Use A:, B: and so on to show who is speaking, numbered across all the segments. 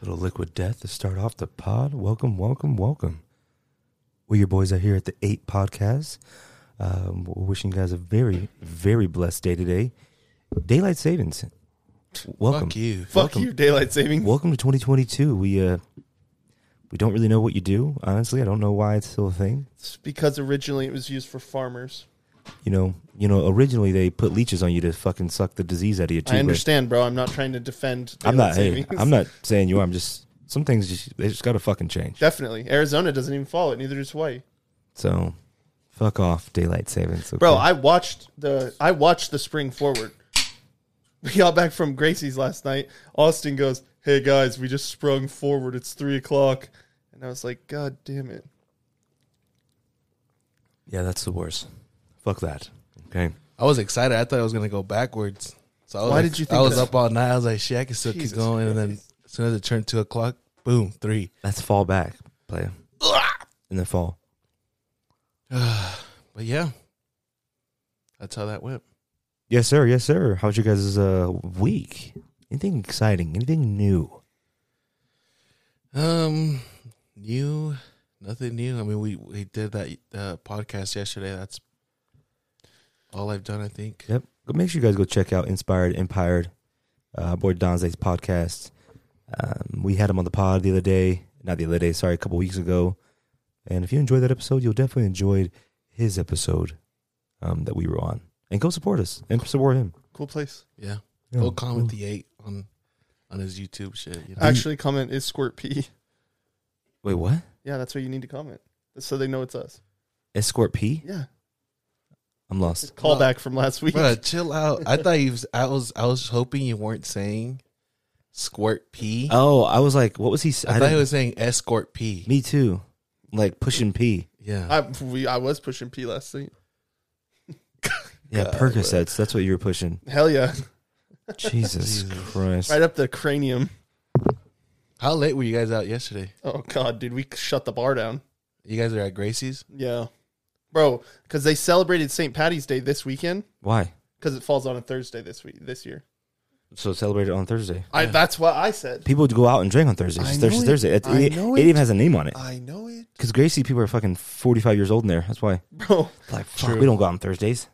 A: Little liquid death to start off the pod. Welcome, welcome, welcome. We your boys are here at the Eight Podcast. Um, we're wishing you guys a very, very blessed day today. Daylight savings. Welcome,
B: Fuck you.
C: Fuck you, daylight saving.
A: welcome to 2022. We uh, we don't really know what you do. Honestly, I don't know why it's still a thing.
C: It's because originally it was used for farmers.
A: You know, you know. Originally, they put leeches on you to fucking suck the disease out of you. Too,
C: I
A: but
C: understand, bro. I'm not trying to defend. Daylight
A: I'm not. Hey,
C: Savings.
A: I'm not saying you. are. I'm just. Some things just, they just got to fucking change.
C: Definitely, Arizona doesn't even follow it. Neither does Hawaii,
A: So, fuck off, daylight savings, okay?
C: bro. I watched the I watched the spring forward. We got back from Gracie's last night. Austin goes, "Hey guys, we just sprung forward. It's three o'clock," and I was like, "God damn it!"
A: yeah, that's the worst. Fuck that. Okay.
B: I was excited. I thought I was gonna go backwards. So I was
C: Why
B: like-
C: did you
B: I
C: think
B: was
C: that?
B: up all night. I was like, shit, I can still
C: Jesus
B: keep going. And then as soon as it turned two o'clock, boom, three.
A: That's fall back, player. In the fall.
B: But yeah, that's how that went.
A: Yes, sir. Yes, sir. How's your guys' uh, week? Anything exciting? Anything new?
B: Um, new, nothing new. I mean, we we did that uh, podcast yesterday. That's all I've done. I think.
A: Yep. Go make sure you guys go check out Inspired Empired, uh, boy Donze's podcast. Um, we had him on the pod the other day, not the other day, sorry, a couple weeks ago. And if you enjoyed that episode, you'll definitely enjoyed his episode um, that we were on. And go support us and support him.
C: Cool place.
B: Yeah.
A: Yeah.
B: Go comment the eight on on his YouTube shit. You know?
C: Actually, comment is Squirt P.
A: Wait, what?
C: Yeah, that's what you need to comment so they know it's us.
A: Escort P?
C: Yeah,
A: I'm lost.
C: callback from last week.
B: Bruh, chill out. I thought you was, I was I was hoping you weren't saying squirt P. I
A: Oh, I was like, what was he? s- I
B: thought he
A: didn't-
B: was saying escort P.
A: me too. Like pushing P.
B: Yeah.
C: I we I was pushing P last night.
A: Yeah, Percocets. That's what you were pushing.
C: Hell yeah,
A: Jesus Christ.
C: right up the cranium.
B: How late were you guys out yesterday?
C: Oh god, dude, we shut the bar down.
B: You guys are at Gracie's?
C: Yeah, bro, because they celebrated St. Patty's Day this weekend
A: Why?
C: because it falls on a Thursday this week this year.
A: So celebrate it on Thursday.
C: I that's what I said.
A: people would go out and drink on Thursdays. It's
C: I
A: Thursday,
C: know it.
A: Thursday. It's-
C: I
A: It,
C: know
A: it Uh,
C: it.
A: even has a name on it.
C: I know it,
A: Because Gracie people are fucking 45 years old in there. That's why.
C: bro.
A: Like, fuck, we don't go out on Thursdays.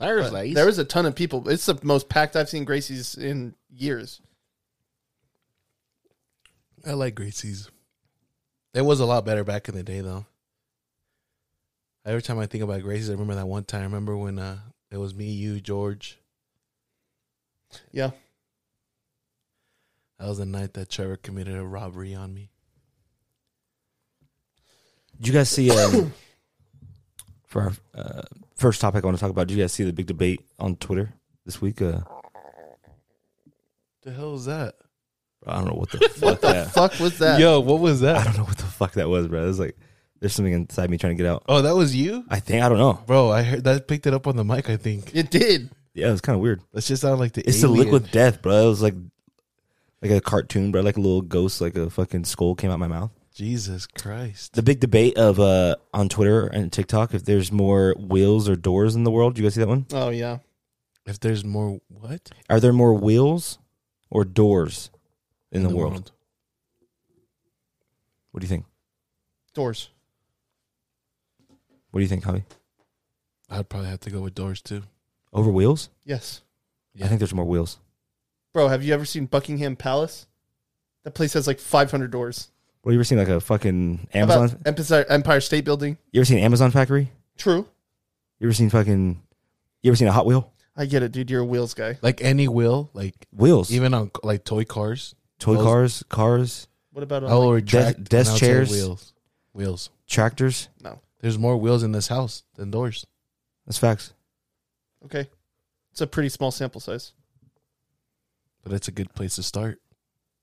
B: Thursdays.
C: There was a ton of people. It's the most packed I've seen Gracie's in years.
B: I like Gracie's. It was a lot better back in the day though. Every time I think about Gracie's, I remember that one time. I remember when uh it was me, you, George.
C: Yeah,
B: That was the night that Trevor committed a robbery on me.
A: Did you guys see, um, for our uh, first topic I want to talk about, did you guys see the big debate on Twitter this week? Uh,
B: The hell was that?
A: I don't know what the fuck that.
C: fuck was that?
B: Yo, what was
A: I
B: that?
A: don't know what the fuck that was, bro. It was like, there's something inside me trying to get out.
B: Oh, that was you?
A: I think, I don't know.
B: Bro, I heard that picked it up on the mic, I think.
C: It did.
A: Yeah, it was kind of weird.
B: That's just sound like the
A: It's the
B: alien.
A: liquid death, bro. It was like, like a cartoon, bro. Like a little ghost, like a fucking skull came out my mouth.
B: Jesus Christ.
A: the big debate of uh on Twitter and TikTok if there's more wheels or doors in the world. You guys see that one?
C: Oh yeah,
B: If there's more what
A: Are there more wheels or doors in, the, world? What do you think?
C: doors.
A: What do you think, Javi?
B: I'd probably have to go with doors too.
A: Over wheels?
C: Yes,
A: I think there's more wheels.
C: bro. Have you ever seen Buckingham Palace? That place has like 500 doors.
A: Well, you ever seen like a fucking
C: How
A: Amazon?
C: about Empire, Empire State Building?
A: you ever seen Amazon factory?
C: True.
A: You ever seen fucking? You ever seen a Hot Wheel?
C: I get it, dude. You're a wheels guy.
B: Like any wheel, like
A: Wheels,
B: even on like toy cars,
A: toy
B: those-
A: cars, cars,
C: What about uh,
B: I will
C: on, like,
B: retract.
A: desk- desk
B: and I'll say
A: chairs.
B: wheels, wheels.
A: tractors.
B: There's more wheels in this house than doors.
A: That's facts.
C: okay? It's a pretty small sample size.
B: But it's a good place to start.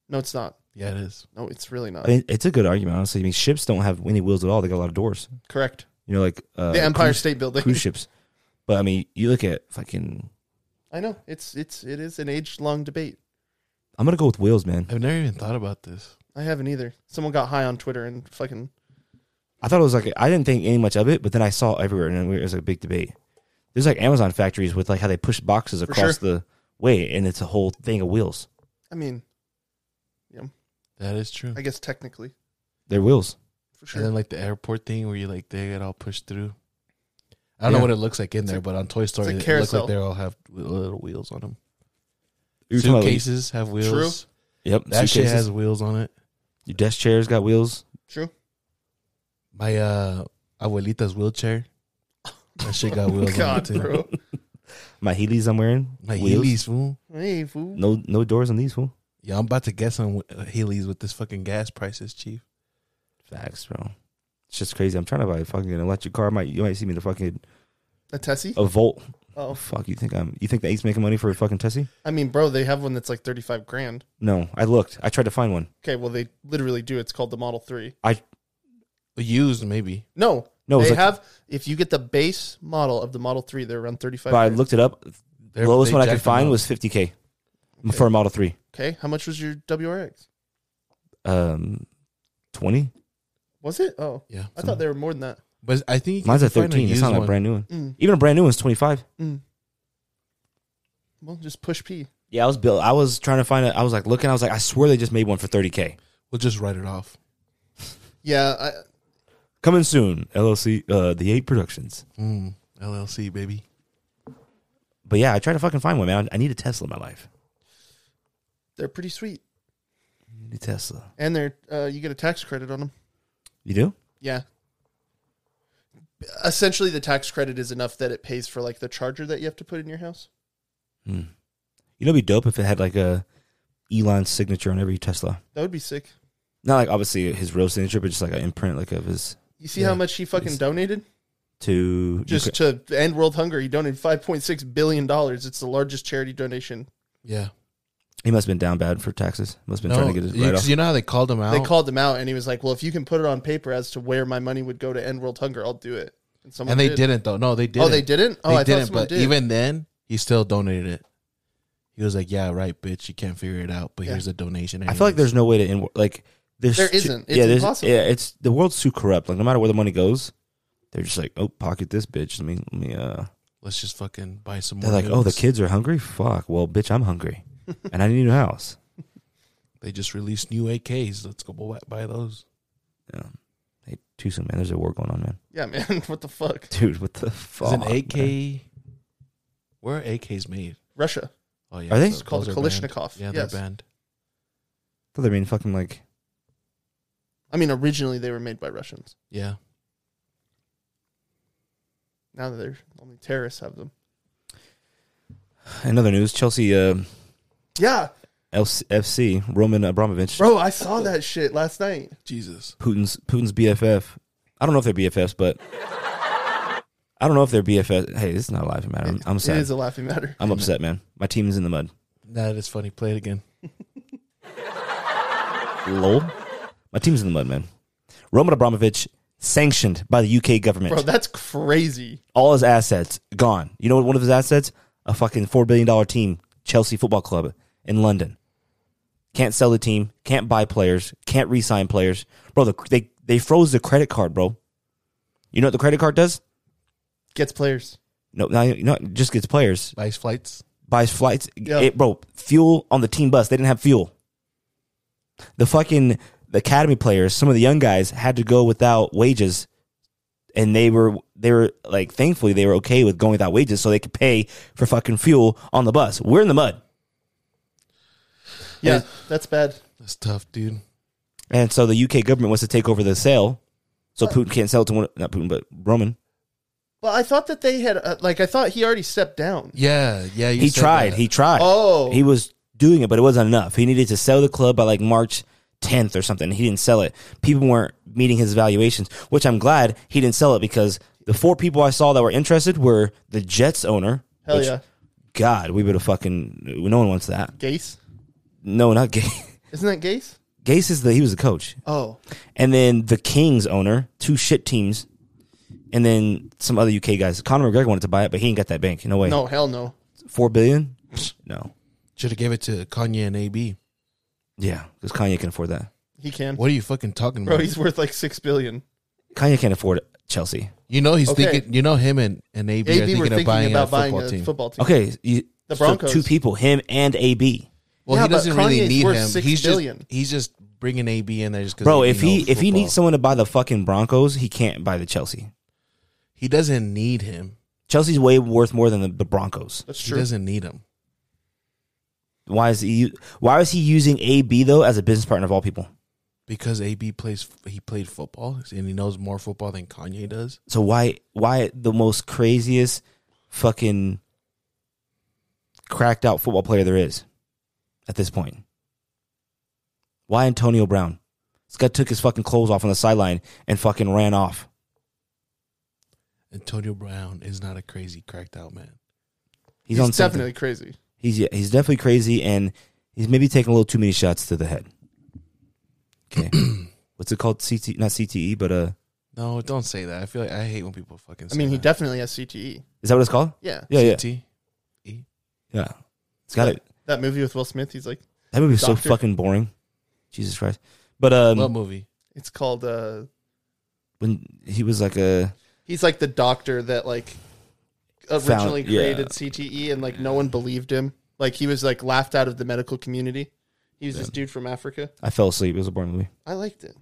C: No, it's not.
B: Yeah, it is.
C: No, it's really not.
A: I mean, it's a good argument, honestly. I mean, ships don't have any wheels at all. They got a lot of doors.
C: Correct.
A: You know, like uh,
C: the Empire
A: cruise,
C: State Building.
A: cruise ships. But I mean, you look at fucking
C: I know it's it's it is an age long debate.
A: I'm gonna go with wheels, man.
B: I've never even thought about this.
C: I haven't either. Someone got high on Twitter and fucking
A: I thought it was like I didn't think any much of it, but then I saw it everywhere, and it was a big debate. There's like Amazon factories with like how they push boxes across the way, and it's a whole thing of wheels.
C: I mean,
B: That is true.
C: I guess technically,
A: They're wheels.
C: for
B: And
C: sure.
B: then like the airport thing where you like they get all pushed through. I don't
A: Yeah.
B: know what it looks like in
C: It's
B: there,
C: a-
B: but on Toy Story,
C: a
B: it looks
C: carousel.
B: like they all have little wheels on them.
A: You're talking about-
B: Suitcases have wheels.
A: Yep.
B: That shit
A: suitcases.
B: has wheels on it.
A: Your desk chairs got wheels.
C: True.
B: My uh abuelita's wheelchair. That shit got wheels on it
C: Oh God,
B: too.
C: bro.
A: My Heelys I'm wearing.
B: My
A: wheels.
B: Heelys, fool.
C: Hey, fool.
A: No, no doors on these. Fool.
B: Yeah, I'm about to guess on wh- Heelys with this fucking gas prices, chief.
A: Facts, bro. It's just crazy. I'm trying to buy a fucking electric car. Might you might see me in the fucking
C: A Tessie?
A: a Volt. Oh
C: Oh,
A: fuck, you think I'm? You think the Eight's making money for a fucking Tessie?
C: I mean, bro, they have one that's like thirty-five grand.
A: No, I looked. I tried to find one.
C: Okay, well, they literally do. It's called the Model Three.
B: Used, maybe.
C: No,
A: No, it was
C: they
A: like-
C: have. If you get the base model of the Model Three, they're around thirty-five.
A: but I
C: grand.
A: looked it up.
B: They're-
A: Lowest
B: they
A: one I could
B: jacked them
A: find
B: up.
A: was 50k for a Model Three.
C: Okay, how much was your WRX?
A: Um, 20.
C: Was it? Oh,
B: Yeah.
C: I thought they were more than that.
B: But I think you can
A: Mine's a
B: find
A: 13. It's
B: used
A: not a
B: one.
A: brand new one.
C: Mm,
A: Even a brand new one's 25.
C: mm. Well, just push P.
A: Yeah, I was built. I was trying to find it. I was like looking. I was like, I swear they just made one for 30k.
B: We'll just write it off.
C: Yeah, I,
A: Coming soon, LLC, uh, the Eight Productions.
B: Mm, LLC, baby.
A: But yeah, I tried to fucking find one, man. I need a Tesla in my life.
C: they're pretty sweet,
A: I need a Tesla.
C: and they're uh, you get a tax credit on them.
A: You do?
C: Yeah. Essentially, the tax credit is enough that it pays for like the charger that you have to put in your house.
A: Hmm. You know, it'd be dope if it had like a Elon's signature on every Tesla.
C: That would be sick.
A: Not like obviously his real signature, but just like an imprint, like of his
C: You see
B: Yeah.
C: how much he fucking
A: It's-
C: donated
A: to
C: just to end world hunger? He donated five point six billion dollars. It's the largest charity donation.
B: Yeah.
A: He must have been down bad for taxes. Must have been trying to get his
B: you,
A: right
B: 'cause
A: off.
B: you know how they called him out?
C: They called him out, and he was like, "Well, if you can put it on paper as to where my money would go to end world hunger, I'll do it." And, someone
B: and they did. not though. No, they didn't.
C: Oh, they didn't. Oh,
B: they
C: I thought
B: didn't.
C: someone
B: But
C: did.
B: even then, he still donated it. He was like, "Yeah, right, bitch. You can't figure it out, but
C: Yeah.
B: here's a donation."
A: I feel like
B: anyways."
A: there's no way to in like there's
C: There
A: too-
C: isn't. It's
A: yeah, there's,
C: impossible.
A: Yeah, it's the world's too corrupt. Like no matter where the money goes, they're just like, oh, pocket this bitch. Let me let me. Uh,
B: Let's just fucking buy some.
A: they're
B: more
A: like, oh, the
B: noodles."
A: kids are hungry. Fuck. Well, bitch, I'm hungry, and I need a new house.
B: They just released new AKs. Let's go buy, buy those.
A: Yeah. Hey, too soon, man. There's a war going on, man.
C: yeah, man. what the fuck,
A: Dude, what the fuck?
B: Is an AK?
A: man?
B: Where are AKs made?
C: Russia?
B: Oh yeah,
A: Are they?
B: so
C: It's called a
B: those are banned.
C: Kalashnikov.
B: Yeah,
C: yes.
B: they're banned.
A: I thought they mean fucking like
C: I mean, originally they were made by Russians.
B: Yeah,
C: Now that they're only terrorists have them.
A: in other news. Chelsea uh,
C: Yeah,
A: FC Roman Abramovich,
C: bro, I saw that shit last night.
B: Jesus.
A: Putin's Putin's BFF. I don't know if they're BFFs, but I don't know if they're BFF. Hey, this is not a laughing matter. I'm, I'm
C: It
A: sad.
C: is a laughing matter.
A: I'm upset, man. My team's in the mud.
B: That is funny. Play it again.
A: Lol. My team's in the mud, man. Roman Abramovich sanctioned by the UK government.
C: Bro, that's crazy.
A: All his assets gone. You know what? One of his assets, a fucking four billion dollar team, Chelsea Football Club in London. Can't sell the team. Can't buy players. Can't re-sign players. Bro, the, they they froze the credit card, bro. You know what the credit card does?
C: Gets players.
A: No, not, not just gets players.
B: Ice flights.
A: buys flights.
C: Yeah.
A: It, bro, fuel on the team bus. They didn't have fuel. The fucking the academy players, some of the young guys had to go without wages, and they were they were like thankfully they were okay with going without wages so they could pay for fucking fuel on the bus. We're in the mud,
C: Yeah, that's bad.
B: That's tough, dude.
A: and so the UK government wants to take over the sale, so Putin can't sell it to one not Putin but Roman.
C: Well, I thought that they had, uh, like, I thought he already stepped down.
B: Yeah, yeah. You
A: He
B: said
A: tried,
B: that.
A: he tried.
C: Oh.
A: he was doing it, but it wasn't enough. He needed to sell the club by like March 10th or something. He didn't sell it. People weren't meeting his valuations, which I'm glad he didn't sell it because the four people I saw that were interested were the Jets owner.
C: Hell
A: which,
C: yeah.
A: God, we would have fucking. No one wants that.
C: Gase?
A: No, not Gase.
C: Isn't that Gase?
A: Gase is the he was the coach,
C: Oh.
A: and then the Kings owner, two shit teams, and then some other UK guys. Conor McGregor wanted to buy it, but he ain't got that bank. No way.
C: No, hell no.
A: Four billion? No.
B: Should have gave it to Kanye and AB.
A: Yeah, because Kanye can afford that.
C: He can.
B: What are you fucking talking
C: Bro,
B: about?
C: he's worth like six billion.
A: Kanye can't afford Chelsea.
B: You know he's
C: Okay.
B: thinking. You know him and and AB, are
C: AB
B: thinking
C: were
B: of
C: thinking
B: buying
C: about
B: a
C: buying
B: football
C: a
B: team.
C: football team.
A: Okay, you,
C: The
A: so
C: Broncos.
A: two people, him and AB.
B: Well,
C: Yeah,
B: he
C: but
B: doesn't really
C: Kanye's
B: need
C: worth
B: him.
C: six
B: he's
C: billion.
B: just he's just bringing AB in there just because.
A: Bro, if he if he needs someone to buy the fucking Broncos, he can't buy the Chelsea.
B: he doesn't need him.
A: Chelsea's way worth more than the, the Broncos.
C: That's
B: He
C: true.
B: doesn't need him.
A: Why is he u- why is he using AB though as a business partner of all people?
B: because AB plays he played football and he knows more football than Kanye does.
A: So why why the most craziest fucking cracked out football player there is at this point? Why Antonio Brown? This guy took his fucking clothes off on the sideline and fucking ran off.
B: Antonio Brown is not a crazy cracked out man.
A: He's,
C: He's
A: on something.
C: definitely crazy.
A: He's yeah, he's definitely crazy and he's maybe taking a little too many shots to the head. Okay. What's it called? CT not CTE, but uh
B: No, don't say that. I feel like I hate when people
C: I
B: fucking. Say
C: mean, he
B: that.
C: definitely has CTE.
A: is that what it's called?
C: Yeah.
A: Yeah, yeah.
B: CT?
A: Yeah. It's got it.
C: That movie with Will Smith, he's like,
A: That movie's so
C: Doctor.
A: fucking boring. Jesus Christ. But um
B: what movie?
C: it's called, uh,
A: when he was like a
C: he's like the doctor that like originally
A: yeah.
C: created CTE and like no one believed him. Like he was like laughed out of the medical community. He was this dude from Africa.
A: I fell asleep. It was a boring movie.
C: I liked it.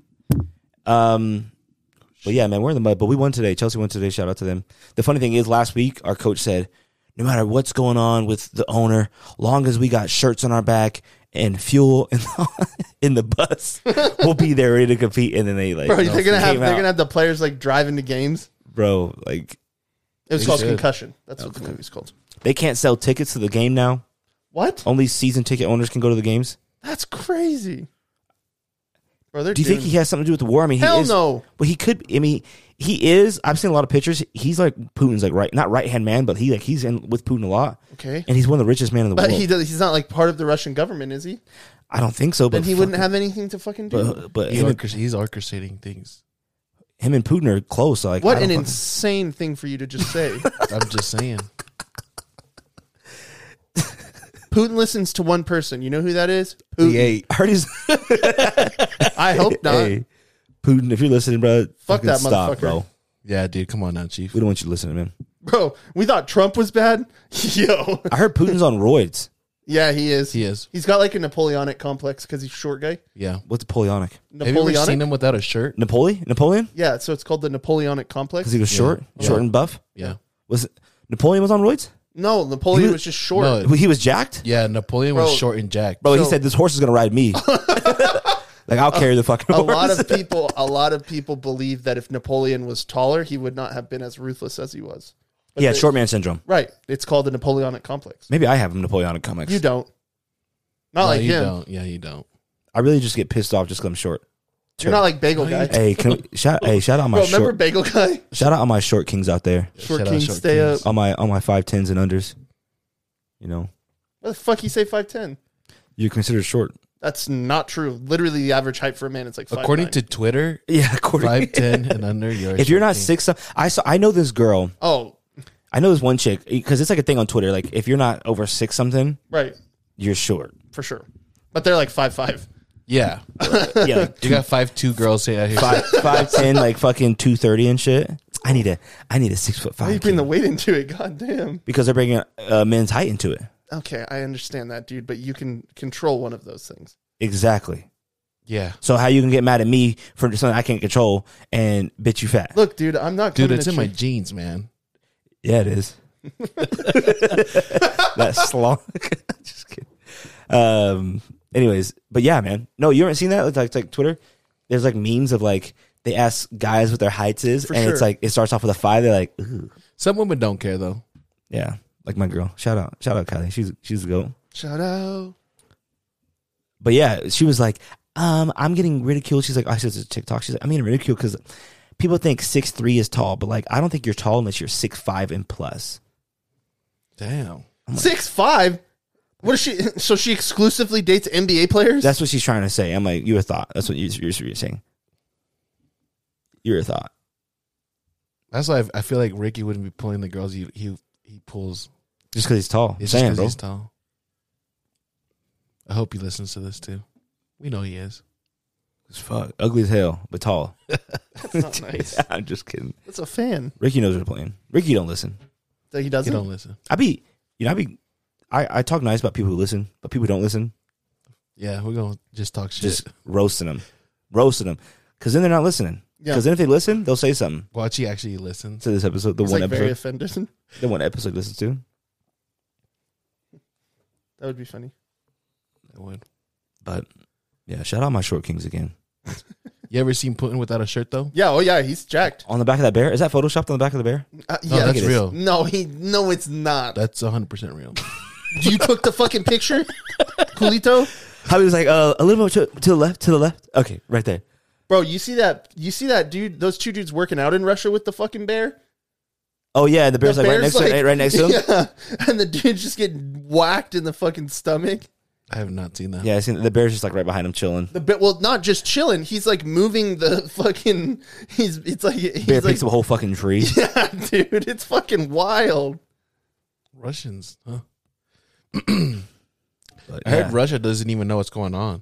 A: Um, but yeah, man, we're in the mud. But we won today. Chelsea won today. Shout out to them. The funny thing is, last week our coach said, no matter what's going on with the owner, long as we got shirts on our back and fuel in the, in the bus, we'll be there ready to compete. And then they like,
C: Bro,
A: no,
C: they're gonna have
A: came
C: they're
A: out.
C: gonna have the players like driving to games.
A: bro, like
C: It was
B: They
C: called
B: should.
C: concussion. That's what the movie's called.
A: they can't sell tickets to the game now.
C: What?
A: Only season ticket owners can go to the games.
C: That's crazy. Bro, they're
A: Do you
C: doing,
A: think he has something to do with the war? I mean, he
C: Hell
A: is,
C: no.
A: But he could. I mean, he is. I've seen a lot of pictures. He's like Putin's like right, not right hand man, but he like he's in with Putin a lot,
C: okay?
A: and he's one of the richest men in the
C: But
A: world.
C: he does, he's not like part of the Russian government, is he?
A: I don't think so. But
C: Then he
A: fuck-
C: wouldn't have anything to fucking do.
A: But, but
B: He's,
A: him, and,
B: orchest- he's orchestrating things.
A: him and Putin are close. So like,
C: what
A: I
C: an
A: don't fucking-
C: insane thing for you to just say.
B: I'm just saying.
C: Putin listens to one person. You know who that is? Putin.
B: Yeah,
A: I heard he's
C: I hope not.
A: Hey, Putin, if you're listening, bro, fucking
C: that
A: stop,
C: motherfucker.
A: bro.
B: yeah, dude, come on now, Chief.
A: We don't want you listening, man.
C: Bro, we thought Trump was bad. Yo.
A: I heard Putin's on roids.
C: Yeah, he is.
B: He is.
C: He's got like a Napoleonic complex because he's a short guy.
B: Yeah.
A: What's Napoleonic?
B: Have you ever
C: Napoleonic?
B: seen him without a shirt?
A: Napoli? Napoleon?
C: Yeah, so it's called the Napoleonic complex.
A: Because he was short,
B: Yeah.
A: short and buff.
B: Yeah.
A: Was Napoleon was on roids?
C: no, Napoleon
A: He was-
C: was just short.
B: No.
A: He was jacked,
B: Yeah, Napoleon
C: Bro.
B: was short and jacked.
A: bro. he
C: So-
A: said this horse is gonna ride me. like I'll carry the fucking
C: A
A: horse.
C: lot of people a lot of people believe that if Napoleon was taller, he would not have been as ruthless as he was.
A: yeah, short man syndrome.
C: Right. It's called the Napoleonic complex.
A: Maybe I have a Napoleonic complex.
C: You don't. Not
B: No,
C: like
B: you
C: him.
B: don't. Yeah, you don't.
A: I really just get pissed off just because I'm short.
C: You're not like bagel guy.
A: Hey, can we, shout hey shout out my
C: Bro,
A: short
C: remember bagel guy?
A: shout out all my short kings out there.
C: Short
B: Shout out
C: king,
B: Short
C: stay
B: Kings.
C: up.
A: on my on my five tens and unders. You know,
C: What the fuck you say five ten?
A: you're considered short.
C: That's not true. Literally, the average height for a man is like. 5'9".
B: According to Twitter,
A: Yeah, according.
B: five ten and under. You're a
A: if you're
B: short
A: not
B: king.
A: six, some- I saw. I know this girl.
C: oh
A: I know this one chick because it's like a thing on Twitter. Like if you're not over six something,
C: right
A: you're short.
C: for sure, but they're like five five.
B: yeah,
A: Yeah, like
B: you got five two girls say out here.
A: five five ten, like fucking two thirty and shit. I need a I need a six foot
C: How you
A: five
C: bring
A: kid
C: the weight into it? God damn.
A: because they're bringing uh, men's height into it.
C: Okay, I understand that, dude, but you can control one of those things.
A: Exactly.
B: Yeah,
A: So how you can get mad at me for something I can't control and bitch you fat?
C: Look, dude, I'm not.
B: dude,
C: coming
B: it's
C: at
B: in my
C: you.
B: jeans, man.
A: Yeah, it is. that slong. Just kidding. Um. Anyways, but yeah, man. No, you haven't seen that. Like, like, like Twitter. There's like memes of like they ask guys what their heights is,
C: For
A: and it's
C: sure.
A: like it starts off with a five. They're like, Ooh.
B: Some women don't care though.
A: yeah, like my girl. Shout out, shout out, Kylie. She's she's a goat.
C: shout out.
A: But yeah, she was like, um, I'm getting ridiculed. She's like, "Oh, I said to TikTok. She's like, I'm getting ridiculed because people think six three is tall, but like I don't think you're tall unless you're six five and plus.
B: Damn.
C: Six five. What is she? So she exclusively dates NBA players.
A: That's what she's trying to say. I'm like, you a thought. That's what you, you're, you're saying. You're a thought.
B: That's why I, I feel like Ricky wouldn't be pulling the girls he he, he pulls.
A: Just because he's tall.
B: It's
A: Damn, bro.
B: just because he's tall. I hope he listens to this too. We know he is.
A: as fuck. Ugly as hell, but tall.
C: That's not nice.
A: I'm just kidding.
C: That's a fan.
A: Ricky knows they're playing. Ricky don't listen.
C: That he
B: You
C: doesn't.
B: don't listen.
A: I be you know, I be I, I talk nice about people who listen, but people who don't listen,
B: Yeah, we're gonna just talk shit.
A: just roasting them. Roasting them. Cause then they're not listening.
C: Yeah.
A: Cause then if they listen, they'll say something
B: Guachi actually listens.
A: to this episode, the
C: He's
A: one
C: like very
A: episode
C: offended. that
A: the one episode listens to.
C: would be funny.
B: I would.
A: But yeah, shout out my short kings again.
B: You ever seen Putin without a shirt though?
C: Yeah. Oh yeah. He's jacked.
A: On the back of that bear? Is that photoshopped on the back of the bear?
C: Uh,
B: No,
C: yeah.
B: that's
A: it is.
B: real.
C: No, he. No, it's not.
B: That's hundred percent real.
C: you took the fucking picture, Coolito.
A: I was like, uh, a little bit to, to the left, to the left. Okay, right there.
C: Bro, you see that? You see that dude? Those two dudes working out in Russia with the fucking bear.
A: Oh yeah, the bear's
C: The
A: like right
C: bear's
A: next to
C: like-
A: right, right next to him. Yeah,
C: Yeah, and the dude's just getting whacked in the fucking stomach.
B: I have not seen that.
A: I seen the bear's just like right behind him chilling.
C: The bit, well, not just chilling. He's like moving the fucking. He's it's like he's
A: Bear
C: like
A: picks up a whole fucking tree.
C: yeah, dude, it's fucking wild.
B: Russians, huh?
A: But,
B: I heard
A: yeah,
B: Russia doesn't even know what's going on.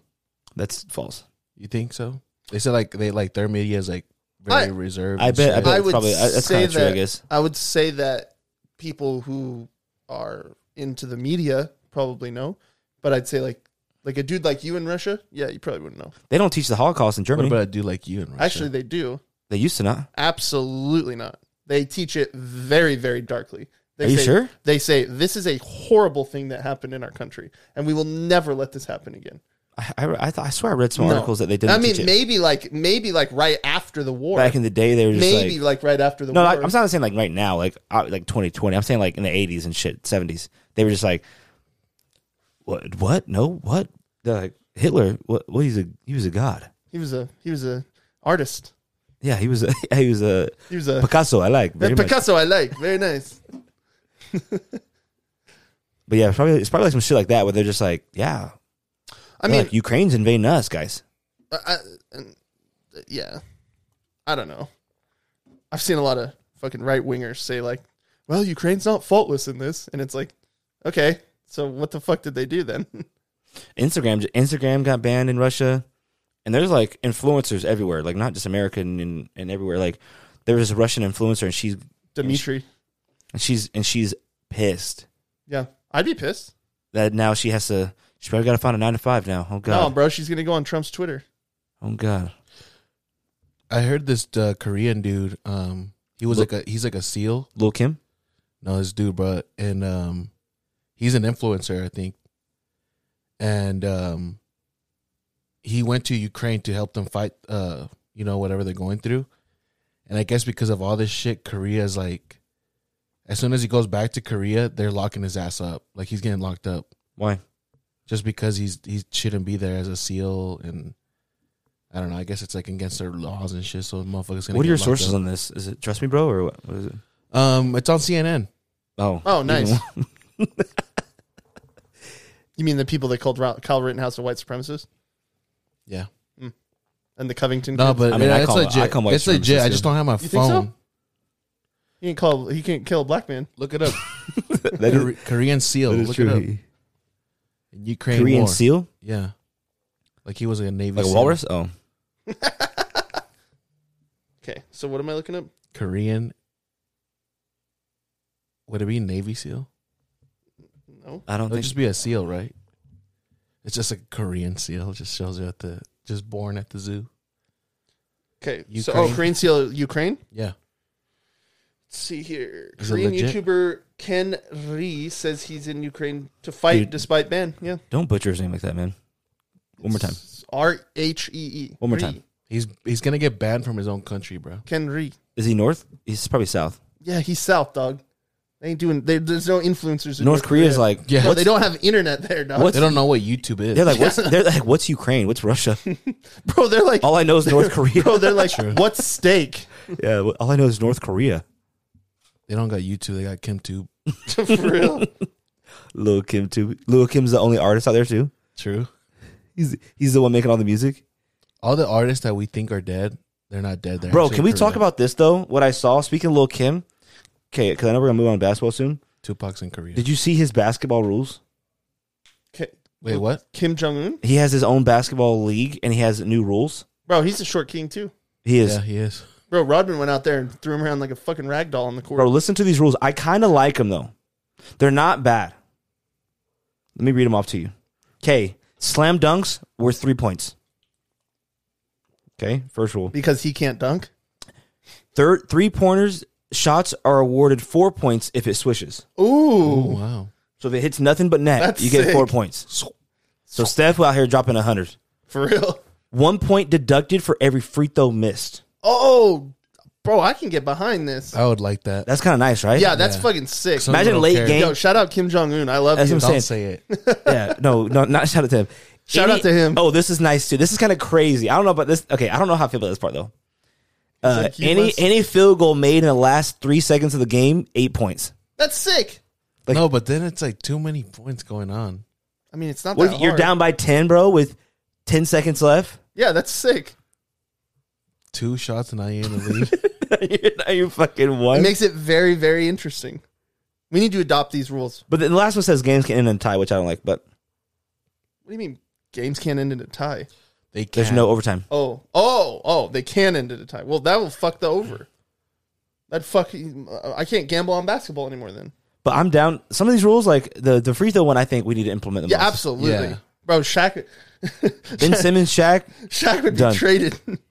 A: that's false.
B: You think so? They said like they like their media is like very
C: I-
B: reserved.
A: I
B: and
A: bet. I
B: shit.
A: bet
C: I
A: it's
C: would
A: probably I- that's
C: say
A: kind of true. I
C: that-
A: guess.
C: I would say that people who are into the media probably know, but I'd say like like a dude like you in Russia, yeah, you probably wouldn't know.
A: They don't teach the Holocaust in
B: What
A: Germany.
B: about I do like you and Russia?
C: Actually, they do.
A: they used to not.
C: Absolutely not. They teach it very, very darkly. They
A: Are you
C: say,
A: sure?
C: They say this is a horrible thing that happened in our country, and we will never let this happen again.
A: I I, I, thought, I swear I read some
C: No.
A: articles that they didn't.
C: I mean,
A: teach it.
C: maybe like maybe like right after the war,
A: back in the day they were just
C: maybe
A: like.
C: like, right after the
A: No,
C: war.
A: I, I'm not saying like right now, like I, like 2020. I'm saying like in the 80s and shit, 70s. They were just like, what? What? No, what? They're like Hitler. What? What? He's a he was a god.
C: he was a he was a artist.
A: Yeah, he was a he was a
C: He was a
A: Picasso. I like very much.
C: Picasso. I like very nice.
A: But yeah, it's probably it's probably like some shit like that where they're just like, yeah,
C: I mean,
A: like, Ukraine's invading us, guys.
C: I, I, and, uh, yeah, I don't know. I've seen a lot of fucking right wingers say like, "Well, Ukraine's not faultless in this," and it's like, okay, so what the fuck did they do then?
A: Instagram Instagram got banned in Russia, and there's like influencers everywhere, like not just American and and everywhere. Like there was a Russian influencer, and she's
C: Dimitri,
A: and she's and she's pissed
C: yeah, I'd be pissed.
A: that now she has to. She probably got to find a nine to five now. Oh
C: No,
A: god.
C: bro, she's gonna go on Trump's Twitter.
A: Oh god.
B: I heard this uh, Korean dude. Um, he was
A: Look-
B: like a he's like a seal.
A: Lil Kim.
B: No, this dude, bro, and um, he's an influencer, I think. And um, he went to Ukraine to help them fight. Uh, you know whatever they're going through, and I guess because of all this shit, Korea's like, as soon as he goes back to Korea, they're locking his ass up. Like he's getting locked up.
A: Why?
B: just because he's he shouldn't be there as a seal and I don't know. I guess it's like against their laws and shit. So motherfuckers. Gonna
A: What are
B: get
A: your
B: locked
A: sources
B: up.
A: on this? Is it Trust Me Bro or what, what is it?
B: Um, it's on CNN.
A: Oh.
C: Oh, nice.
A: Even-
C: You mean the people that called Ra- Kyle Rittenhouse a white supremacist Hmm.
B: Yeah.
C: and the Covington?
B: No,
C: kids?
B: but
A: I mean,
B: yeah,
A: I
B: it's
A: call- I
B: legit.
A: call white
B: it's legit.
A: supremacists,
B: I just
A: yeah.
B: don't have my
C: think so?
B: phone.
C: he can call. He can't kill a black man.
B: Look it up.
A: that is,
B: Kore- Korean seal.
A: that is
B: Look
A: true.
B: it up. Ukraine
A: Korean
B: war.
A: seal,
B: Yeah. Like he was a navy.
A: like a
B: seal.
A: walrus. Oh,
C: Okay, so what am I looking up?
B: Korean. Would it be navy seal?
C: No,
A: I don't
B: It'd
A: think.
B: just be a seal, right? It's just a Korean seal. It just shows you at the just born at the zoo.
C: okay. So, oh,
B: Ukraine.
C: Korean seal, Ukraine.
B: Yeah.
C: Let's see here.
B: Is it
C: Korean
B: legit?
C: YouTuber Ken Ree says he's in Ukraine to fight
A: Dude.
C: despite ban. Yeah.
A: don't butcher his name like that, man. One more time.
C: R H E E.
A: One more
C: Ree.
A: time.
B: He's he's gonna get banned from his own country, bro.
C: Ken Ree.
A: Is he north? He's probably south.
C: Yeah, he's south, dog. They ain't doing. They, there's no influencers in
A: North Korea is like
B: Yeah,
C: No, they don't have internet there, dog.
A: what's-
B: They don't know what YouTube is.
A: They're like, what's they're like, what's Ukraine? What's Russia?
C: bro, they're like.
A: All I know is North Korea.
C: Bro, they're like, what's steak?
A: yeah, well, all I know is North Korea.
B: they don't got YouTube. They got KimTube.
C: For real?
A: Lil Kim too. Lil Kim's the only artist out there too.
B: True.
A: He's he's the one making all the music.
B: All the artists that we think are dead, they're not dead. They're
A: Bro,
B: actually
A: can we talk
B: Korean.
A: about this though? What I saw. Speaking of Lil Kim, okay, because I know we're gonna move on to basketball soon.
B: Tupac's in Korea?
A: Did you see his basketball rules?
C: Ki-
B: Wait, what?
C: Kim Jong Un,
A: He has his own basketball league and he has new rules.
C: Bro, he's a short king too.
A: He is.
B: Yeah, he is.
C: Bro, Rodman went out there and threw him around like a fucking rag doll on the court.
A: Bro, listen to these rules. I kind of like them though. They're not bad. Let me read them off to you. Okay, slam dunks worth three points. Okay, first rule.
C: because he can't dunk.
A: Third, three pointers shots are awarded four points if it swishes.
C: Ooh,
B: Oh, wow.
A: So if it hits nothing but net,
C: That's
A: you get four
C: sick.
A: points. So Steph out here dropping a hundred.
C: for real.
A: One point deducted for every free throw missed.
C: Oh, bro, I can get behind this.
A: Oh,
B: I would like that.
A: That's kind of nice, right?
C: yeah, that's
B: yeah.
C: fucking sick.
B: So-
A: Imagine
B: Don't
A: late
B: care.
A: game.
C: Yo, shout out Kim Jong Un. I love
A: That's
C: you.
A: what I'm
B: Don't
A: saying.
B: say it.
A: yeah, no, no, not shout out to him.
C: Shout out to him.
A: Oh, this is nice too. This is kind of crazy. I don't know about this. Okay, I don't know how I feel about this part though. Uh,
C: like, he
A: any
C: must-
A: any field goal made in the last three seconds of the game, eight points.
C: That's sick.
A: Like-
B: no, but then it's like too many points going on.
C: I mean, it's not
A: What
C: that
A: if you're
C: hard.
A: down by ten, bro, with ten seconds left?
C: Yeah, that's sick.
B: Two shots and I in the lead.
A: you know, you fucking
C: It
A: won.
C: makes it very, very interesting. We need to adopt these rules.
A: but then the last one says games can end in a tie, which I don't like. But
C: What do you mean games can't end in a tie?
B: They
A: there's
B: can't.
A: no overtime.
C: Oh, oh, oh, they can end in a tie. Well, that will fuck the over. That fuck. I can't gamble on basketball anymore then.
A: But I'm down. Some of these rules, like the the free throw one, I think we need to implement them.
C: Yeah, absolutely.
B: Yeah.
C: Bro, Shaq,
A: Ben Simmons, Shaq.
C: Shaq would be
A: Done.
C: traded.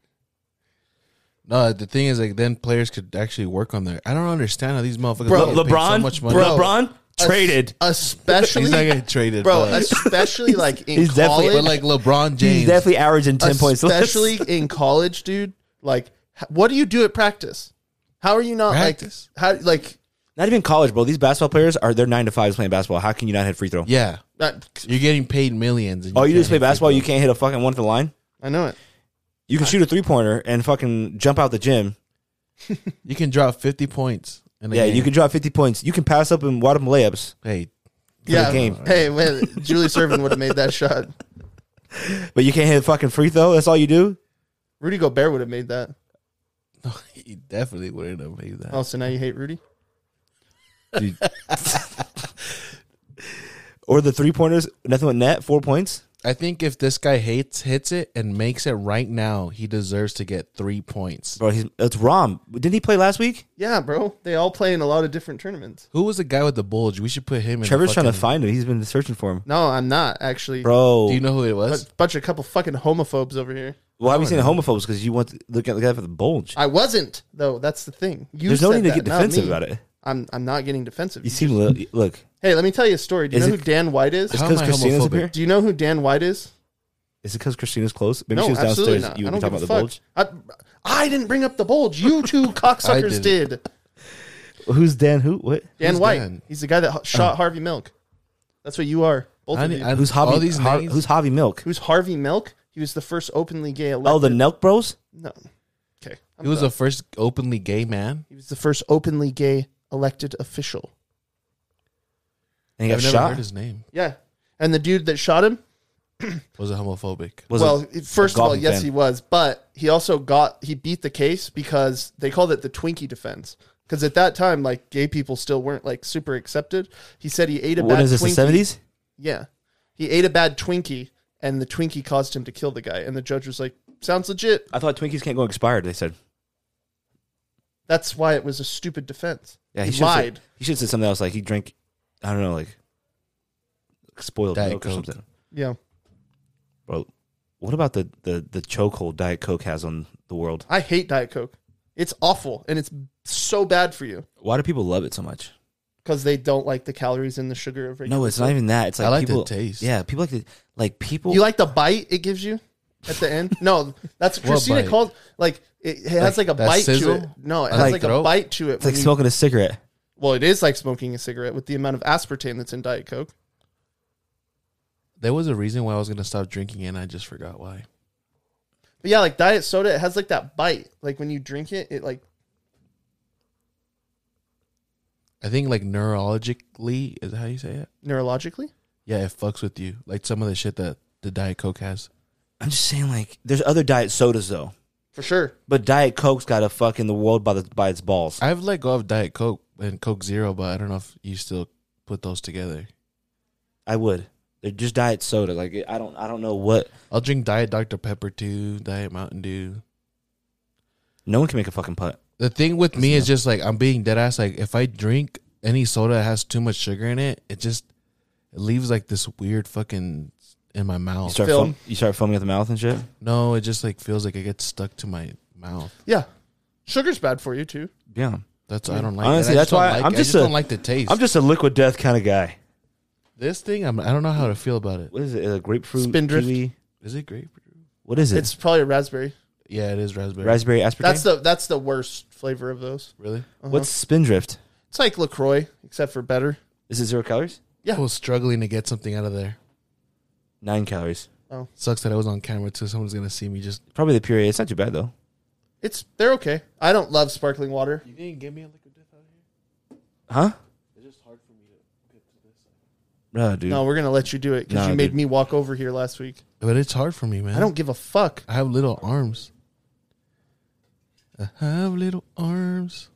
B: No, the thing is, like, then players could actually work on their. I don't understand how these motherfuckers
C: Bro,
B: get paid
A: LeBron,
B: so much money.
C: bro.
A: LeBron traded.
C: Especially,
B: He's not getting traded,
C: bro,
B: but-
C: especially like in
A: he's definitely-
C: college.
B: but like LeBron James,
A: He's definitely averaging ten points. less.
C: especially in college, dude. Like, h- what do you do at practice? How are you not
B: Practice?
C: like how like
A: Not even college, bro. These basketball players are they're nine to fives playing basketball. How can you not hit free throw?
B: yeah,
C: that?
B: you're getting paid millions. And
A: Oh, you
B: can't
A: just play
B: hit free
A: basketball,
B: throws.
A: you can't hit a fucking one at the line.
C: I know it.
A: You can shoot a three pointer and fucking jump out the gym.
B: You can drop fifty points. In a
A: Yeah,
B: game.
A: you can drop fifty points. You can pass up and wad up layups.
B: Hey,
C: Yeah.
A: game.
C: Hey, man, Julie Servin would have made that shot.
A: But you can't hit a fucking free throw. That's all you do.
C: Rudy Gobert would have made that.
B: no, he definitely wouldn't have made that.
C: Oh, so now you hate Rudy?
A: Dude. or the three pointers, nothing but net, four points.
B: I think if this guy hates hits it and makes it right now, he deserves to get three points.
A: Bro, he's, it's Rom. Didn't he play last week?
C: Yeah, bro. They all play in a lot of different tournaments.
B: Who was the guy with the bulge? We should put him. in
A: Trevor's
B: the
A: trying to
B: fucking-
A: find him. He's been searching for him.
C: No, I'm not actually.
A: Bro,
B: Do you know who it
C: A
B: was?
C: bunch of couple fucking homophobes over here.
A: why have you seen the homophobes? Because you want to look at the guy for the bulge.
C: I wasn't though. That's the thing. Uh, You
A: There's no need
C: said
A: to
C: that,
A: get
C: not
A: defensive
C: me.
A: about it.
C: I'm I'm not getting defensive.
A: You seem li- look.
C: hey, let me tell you a story. Do you
A: Is
C: know
A: it-
C: who Dan White is?
B: How am
A: Because
B: I
A: Christina's up
B: homophobic?
A: here.
C: Do you know who Dan White is?
A: Is it because Christina's close? Maybe
C: no,
A: she was
C: absolutely
A: downstairs.
C: not.
A: You
C: I
A: would be
C: don't
A: talking about
C: give
A: the
C: a fuck.
A: bulge.
C: I, I didn't bring up the bulge. You two cocksuckers
B: didn't.
C: did.
A: Who's Dan? Who? What?
C: Dan
B: Who's
C: White.
B: Dan?
C: He's the guy
A: Oh.
C: that h- shot Harvey Milk. That's what you are. Both
B: I
C: of
B: need-
C: you.
B: I-
A: Who's Hobby?
B: all these
A: Har-
B: names?
A: who's Hobby Milk?
C: Who's Harvey Milk? He was the first openly gay elected.
A: Oh, the Nelk Bros.
C: no. Okay. I'm
B: He was
C: done.
B: the first openly gay man.
C: he was the first openly gay elected official.
A: And he got
B: I've never
A: shot.
B: heard his name.
C: Yeah. And the dude that shot him,
B: Was it homophobic?
A: Was
C: well,
A: it-
C: it- first of all,
A: golfing
C: yes,
A: fan.
C: he was, but he also got he beat the case because they called it the Twinkie defense. Because at that time, like gay people still weren't like super accepted. He said he ate a
A: What
C: bad
A: is this? The
C: Twinkie.
A: seventies?
C: Yeah, he ate a bad Twinkie, and the Twinkie caused him to kill the guy. And the judge was like, "Sounds legit."
A: I thought Twinkies can't go expired. They said.
C: That's why it was a stupid defense.
A: Yeah,
C: he,
A: he, should have
C: lied.
A: Said, he should have said something else. Like he drank, I don't know, like spoiled
B: Diet
A: milk or
B: Coke.
A: something.
C: Yeah,
A: Bro, what about the the the chokehold Diet Coke has on the world?
C: I hate Diet Coke. It's awful, and it's so bad for you
A: Why do people love it so much?
C: because they don't like the calories and the sugar of regular.
A: No, it's not even that. It's like
B: I like the
A: people
B: taste.
A: Yeah, people like the, like people.
C: You like the bite it gives you at the end? No, that's Christina
B: bite?
C: called like it, it has like,
B: Like
C: a
B: that
C: bite
B: sizzle?
C: to it. No, it
B: Like
C: has like a
B: throat?
C: bite to it.
A: it's like
C: when you-
A: smoking a cigarette.
C: well, it is like smoking a cigarette with the amount of aspartame that's in Diet Coke.
B: There was a reason why I was gonna stop drinking, and I just forgot why.
C: But yeah, like diet soda, it has like that bite. Like when you drink it, it like
B: I think like neurologically is that how you say it.
C: neurologically.
B: Yeah, it fucks with you. Like some of the shit that the Diet Coke has.
A: I'm just saying, like, there's other diet sodas though,
C: For sure.
A: but Diet Coke's got to fucking the world by the by its balls.
B: I've let go of Diet Coke and Coke Zero, but I don't know if you still put those together.
A: I would. They're just diet soda. Like I don't I don't know what.
B: I'll drink Diet Dr Pepper too, Diet Mountain Dew.
A: No one can make a fucking putt.
B: The thing with me is just like I'm being dead ass. Like if I drink any soda that has too much sugar in it, it just it leaves like this weird fucking in my
A: You
B: mouth.
A: start
C: Film.
A: foam, you start foaming at the mouth and shit.
B: No, it just like feels like it gets stuck to my mouth.
C: Yeah, sugar's bad for you too.
A: Yeah,
B: That's I don't like.
A: Honestly,
B: it. I
A: that's
B: just don't
A: why
B: like
A: I'm
B: it. I
A: just
B: just
A: a-
B: don't like the taste.
A: I'm just a liquid death kind of guy.
B: this thing. I'm, I don't know how to feel about it.
A: What is it? A grapefruit,
C: Spindrift.
A: kiwi?
B: Is it grape?
A: What is it?
C: It's probably a raspberry.
B: Yeah, it is raspberry.
A: raspberry aspartame.
C: That's the that's the worst flavor of those.
B: really?
C: Uh-huh.
A: What's spindrift?
C: it's like Lacroix except for better.
A: Is it zero calories?
C: Yeah.
B: I was struggling to get something out of there.
A: Nine calories.
B: Sucks that I was on camera too. Someone's gonna see me. Just
A: Probably the puree. It's not too bad though.
C: It's they're okay. I don't love sparkling water.
B: you didn't give me a liquid death out here.
A: Huh?
B: It's just hard for me to get to this.
A: No, dude.
C: No, we're gonna let you do it because
A: Nah,
C: you made
A: dude.
C: me walk over here last week.
B: But it's hard for me, man.
C: I don't give a fuck.
B: I have little arms. I have little arms.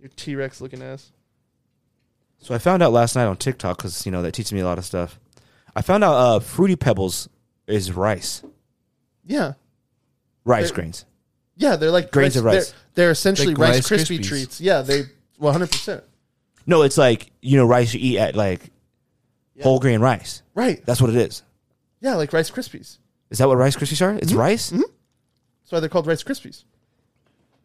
C: You T Rex looking ass.
A: So I found out last night on TikTok because you know that teaches me a lot of stuff. I found out uh, fruity pebbles is rice,
C: Yeah,
A: rice
C: They're-
A: grains.
C: yeah. They're like
A: Grains of rice.
C: They're, they're essentially
B: Like
C: Rice
B: Rice
C: Krispie
B: Krispies.
C: treats. Yeah, they 100. percent
A: No, it's like you know rice you eat at like whole grain rice.
C: Right.
A: That's what it is.
C: Yeah, like Rice Krispies.
A: Is that what Rice Krispies are? It's rice.
C: That's why they're called Rice Krispies.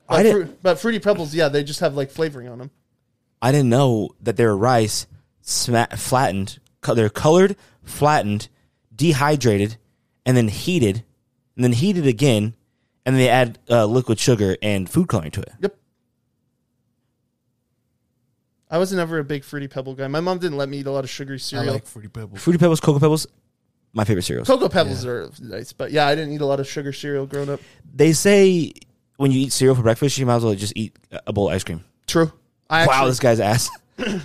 C: But,
A: I didn't.
C: Fru- but fruity pebbles, yeah, they just have like flavoring on them.
A: I didn't know that they were rice sma- flattened. Co- they're colored, flattened, dehydrated, and then heated, and then heated again, and they add uh, liquid sugar and food coloring to it.
C: Yep. I was never a big fruity pebble guy. My mom didn't let me eat a lot of sugary
B: I
C: cereal.
B: like fruity pebbles.
A: Fruity Pebbles, Cocoa Pebbles, my favorite cereals.
C: Cocoa pebbles are nice, but yeah, I didn't eat a lot of sugar cereal growing up.
A: They say when you eat cereal for breakfast, you might as well just eat a bowl of ice cream.
C: True. I
A: wow,
C: actually,
A: this guy's ass.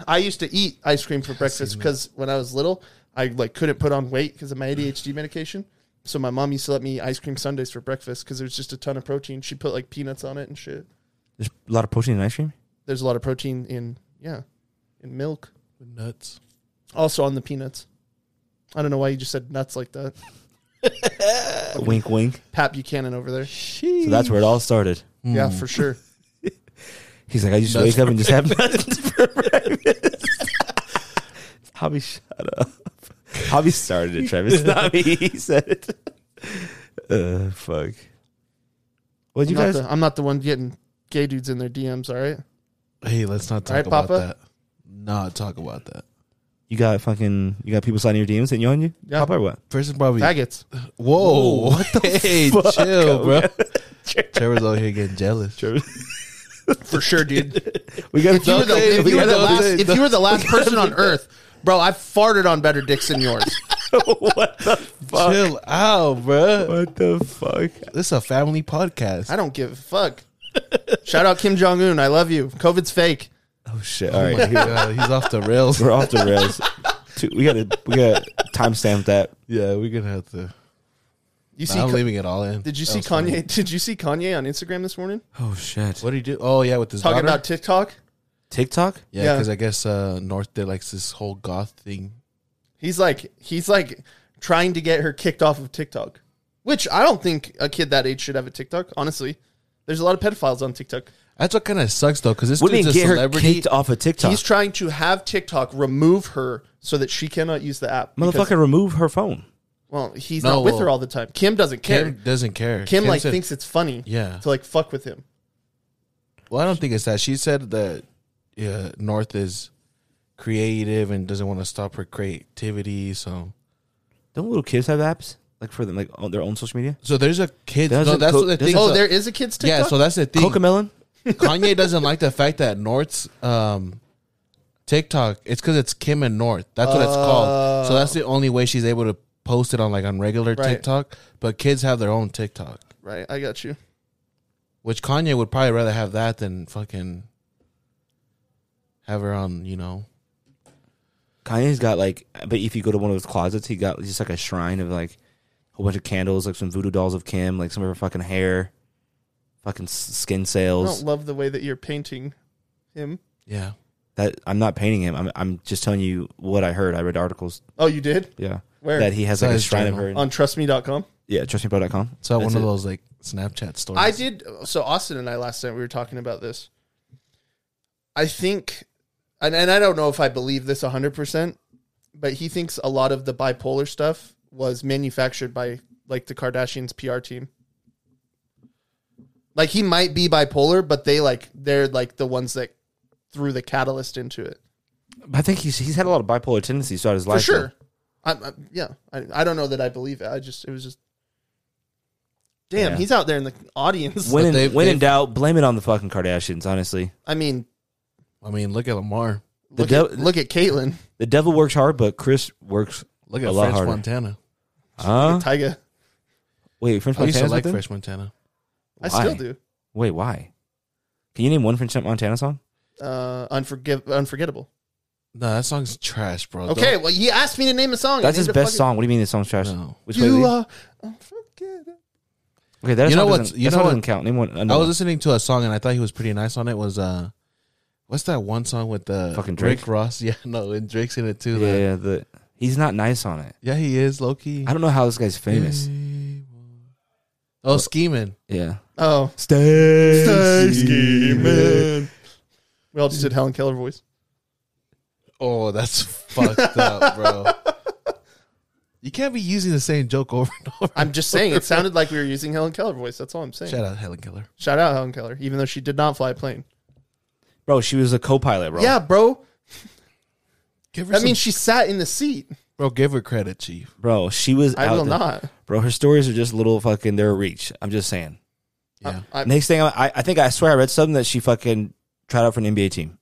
C: I used to eat ice cream for breakfast because when I was little, I like couldn't put on weight because of my ADHD medication. So my mom used to let me eat ice cream sundaes for breakfast because there was just a ton of protein. She put like peanuts on it and shit.
A: There's a lot of protein in ice cream.
C: There's a lot of protein in yeah, in milk.
B: Nuts.
C: Also on the peanuts. I don't know why you just said nuts like that. Uh,
A: Wink, wink.
C: Pat Buchanan over there.
A: So that's where it all started.
C: Yeah,
B: Hmm.
C: for sure.
A: He's like, I used to
B: Nuts
A: wake up and just have nuts for breakfast. Hobby, shut up. Hobby started it, Travis. Not me. He said it. Uh, fuck. Well,
C: I'm,
A: you
C: not
A: guys,
C: the, I'm not the one getting gay dudes in their DMs. All right.
B: Hey, let's not talk
C: Alright,
B: about
C: Papa.
B: that. Not talk about that.
A: you got fucking, you got people sliding your DMs and you on you.
C: Yeah.
A: Papa or what?
B: First and probably.
C: Faggots.
B: Whoa! What the hey,
A: fuck?
B: chill, bro.
A: Okay.
B: Trevor's out here getting jealous.
C: For sure, dude.
A: We got
C: If you, were the, if you were the last, if you were the last person on Earth, bro, I've farted on better dicks than yours.
A: what the fuck?
B: Chill out, bro.
A: What the fuck?
B: This is a family podcast.
C: I don't give a fuck. Shout out Kim Jong Un. I love you. COVID's fake.
A: Oh shit! All
B: Oh my
A: right,
B: God, he's off the rails.
A: we're off the rails. Dude, we gotta, we gotta timestamp that.
B: Yeah, we're gonna have to.
C: You see?
B: I'm
C: Ka-
B: leaving it all in.
C: did you
B: That
C: see
B: was funny.
C: Kanye? Did you see Kanye on Instagram this morning
A: Oh shit!
B: What did he do? Oh yeah, with his
C: talking
B: daughter?
C: about TikTok?
A: TikTok?
B: yeah,
C: yeah.
B: because I guess uh, North did like this whole goth thing.
C: He's like he's like trying to get her kicked off of TikTok, which I don't think a kid that age should have a TikTok. Honestly, there's a lot of pedophiles on TikTok.
B: That's what kind of sucks though, because this
A: What do you mean
B: dude's a
A: get her
B: celebrity.
A: kicked off of TikTok?
C: He's trying to have TikTok remove her so that she cannot use the app. because-
A: Motherfucker, remove her phone.
C: well, he's
B: No,
C: not with
B: well,
C: her all the time. Kim doesn't care.
B: Kim
C: Kim,
B: doesn't care.
C: like
B: said-
C: thinks it's funny.
B: Yeah.
C: To like fuck with him.
B: Well, I don't think it's that. She said that yeah, North is creative and doesn't want to stop her creativity. So,
A: Don't little kids have apps like for them, like on their own social media?
B: so there's a kid. No,
A: Doesn't
B: that's
A: co-
B: what the
A: doesn't
B: thing.
A: co-
C: Oh,
B: so-
C: there is a kid's TikTok.
B: yeah. So that's the thing.
A: Coca Melon.
B: Kanye doesn't like the fact that North's um, TikTok. It's because it's Kim and North. That's what it's called. So that's the only way she's able to post it on like on regular
C: Right.
B: TikTok. But kids have their own TikTok,
C: right, I got you.
B: which Kanye would probably rather have that than fucking have her on. You know,
A: Kanye's got like, but if you go to one of his closets, he got just like a shrine of like a whole bunch of candles, like some voodoo dolls of Kim, like some of her fucking hair, fucking s- skin
C: I
A: cells.
C: don't love the way that you're painting him.
B: yeah.
A: That I'm not painting him. I'm I'm just telling you what I heard. I read articles.
C: Oh, you did?
A: Yeah,
C: Where?
A: that he has
B: Saw
A: like a
B: his
A: shrine of
B: journal.
A: her.
C: On trustme.com?
A: yeah, trustmebro.com.
B: It's not
A: That's
B: one of
A: it.
B: those like Snapchat stories.
C: I did. So Austin and I last night we were talking about this. I think, and, and I don't know if I believe this hundred percent, but he thinks a lot of the bipolar stuff was manufactured by like the Kardashians' PR team. Like he might be bipolar, but they like they're like the ones that threw the catalyst into it
A: I think he's he's had a lot of bipolar tendencies throughout his
C: for
A: life. though.
C: sure. I, I, yeah, I, I don't know that I believe it. I just it was just. Damn,
A: Yeah.
C: he's out there in the audience.
A: When in,
B: they've-
A: when in
B: they've-
A: doubt, blame it on the fucking Kardashians. Honestly,
C: I mean,
B: I mean, look at Lamar.
A: The
C: look, at,
A: dev-
C: look at Caitlyn.
A: the devil works hard, but Chris works.
B: Look
A: A
B: at
A: lot
B: French
A: harder.
B: Montana.
A: Huh?
C: Tyga.
A: Wait, French
B: I used to
A: Montana.
B: like
A: Like
B: French Montana.
A: Why?
C: I still do.
A: Wait, why? Can you name one French Montana song?
C: Uh, unforgiv- unforgettable.
B: No, that song's trash, bro.
C: Okay, well, you asked me to name a song.
A: That's
C: I
A: his
C: named a
A: best
C: fucking-
A: song. What do you mean the song's trash?
B: No.
A: Which
C: You
A: way?
C: are unforgettable.
A: Okay, that
B: You
A: song
B: know what-
A: doesn't- that
B: you know
A: song
B: what-
A: doesn't count. Name one.
B: Don't- I was listening to a song and I thought he was pretty nice on it. Was uh, what's that one song with the
A: Fucking Drake?
B: Rick Ross? Yeah, no, and Drake's in it too.
A: yeah,
B: Yeah,
A: yeah, the he's not nice on it.
B: yeah he is Loki.
A: I don't know how this guy's
C: Mm.
A: famous.
B: Oh, scheming.
A: Yeah.
C: Oh,
D: Stacy.
C: man. We all just did Helen Keller voice.
B: Oh, that's fucked up, bro. You can't be using the same joke over and over.
C: I'm just saying, it sounded like we were using Helen Keller voice. That's all I'm saying. Shout,
B: Shout out Helen Keller.
C: out Helen Keller, even though she did not fly a plane.
A: Bro, she was a co-pilot, bro.
C: Yeah, bro.
B: Give her
C: That
B: some-
C: means she sat in the seat.
B: bro, give her credit, chief.
A: Bro, she was
C: I
A: out
C: will
A: there.
C: not.
A: Bro, her stories are just little fucking their reach. I'm just saying.
B: Yeah,
C: I,
A: Next thing I, I- I think I swear I read something that she fucking tried out for an NBA team.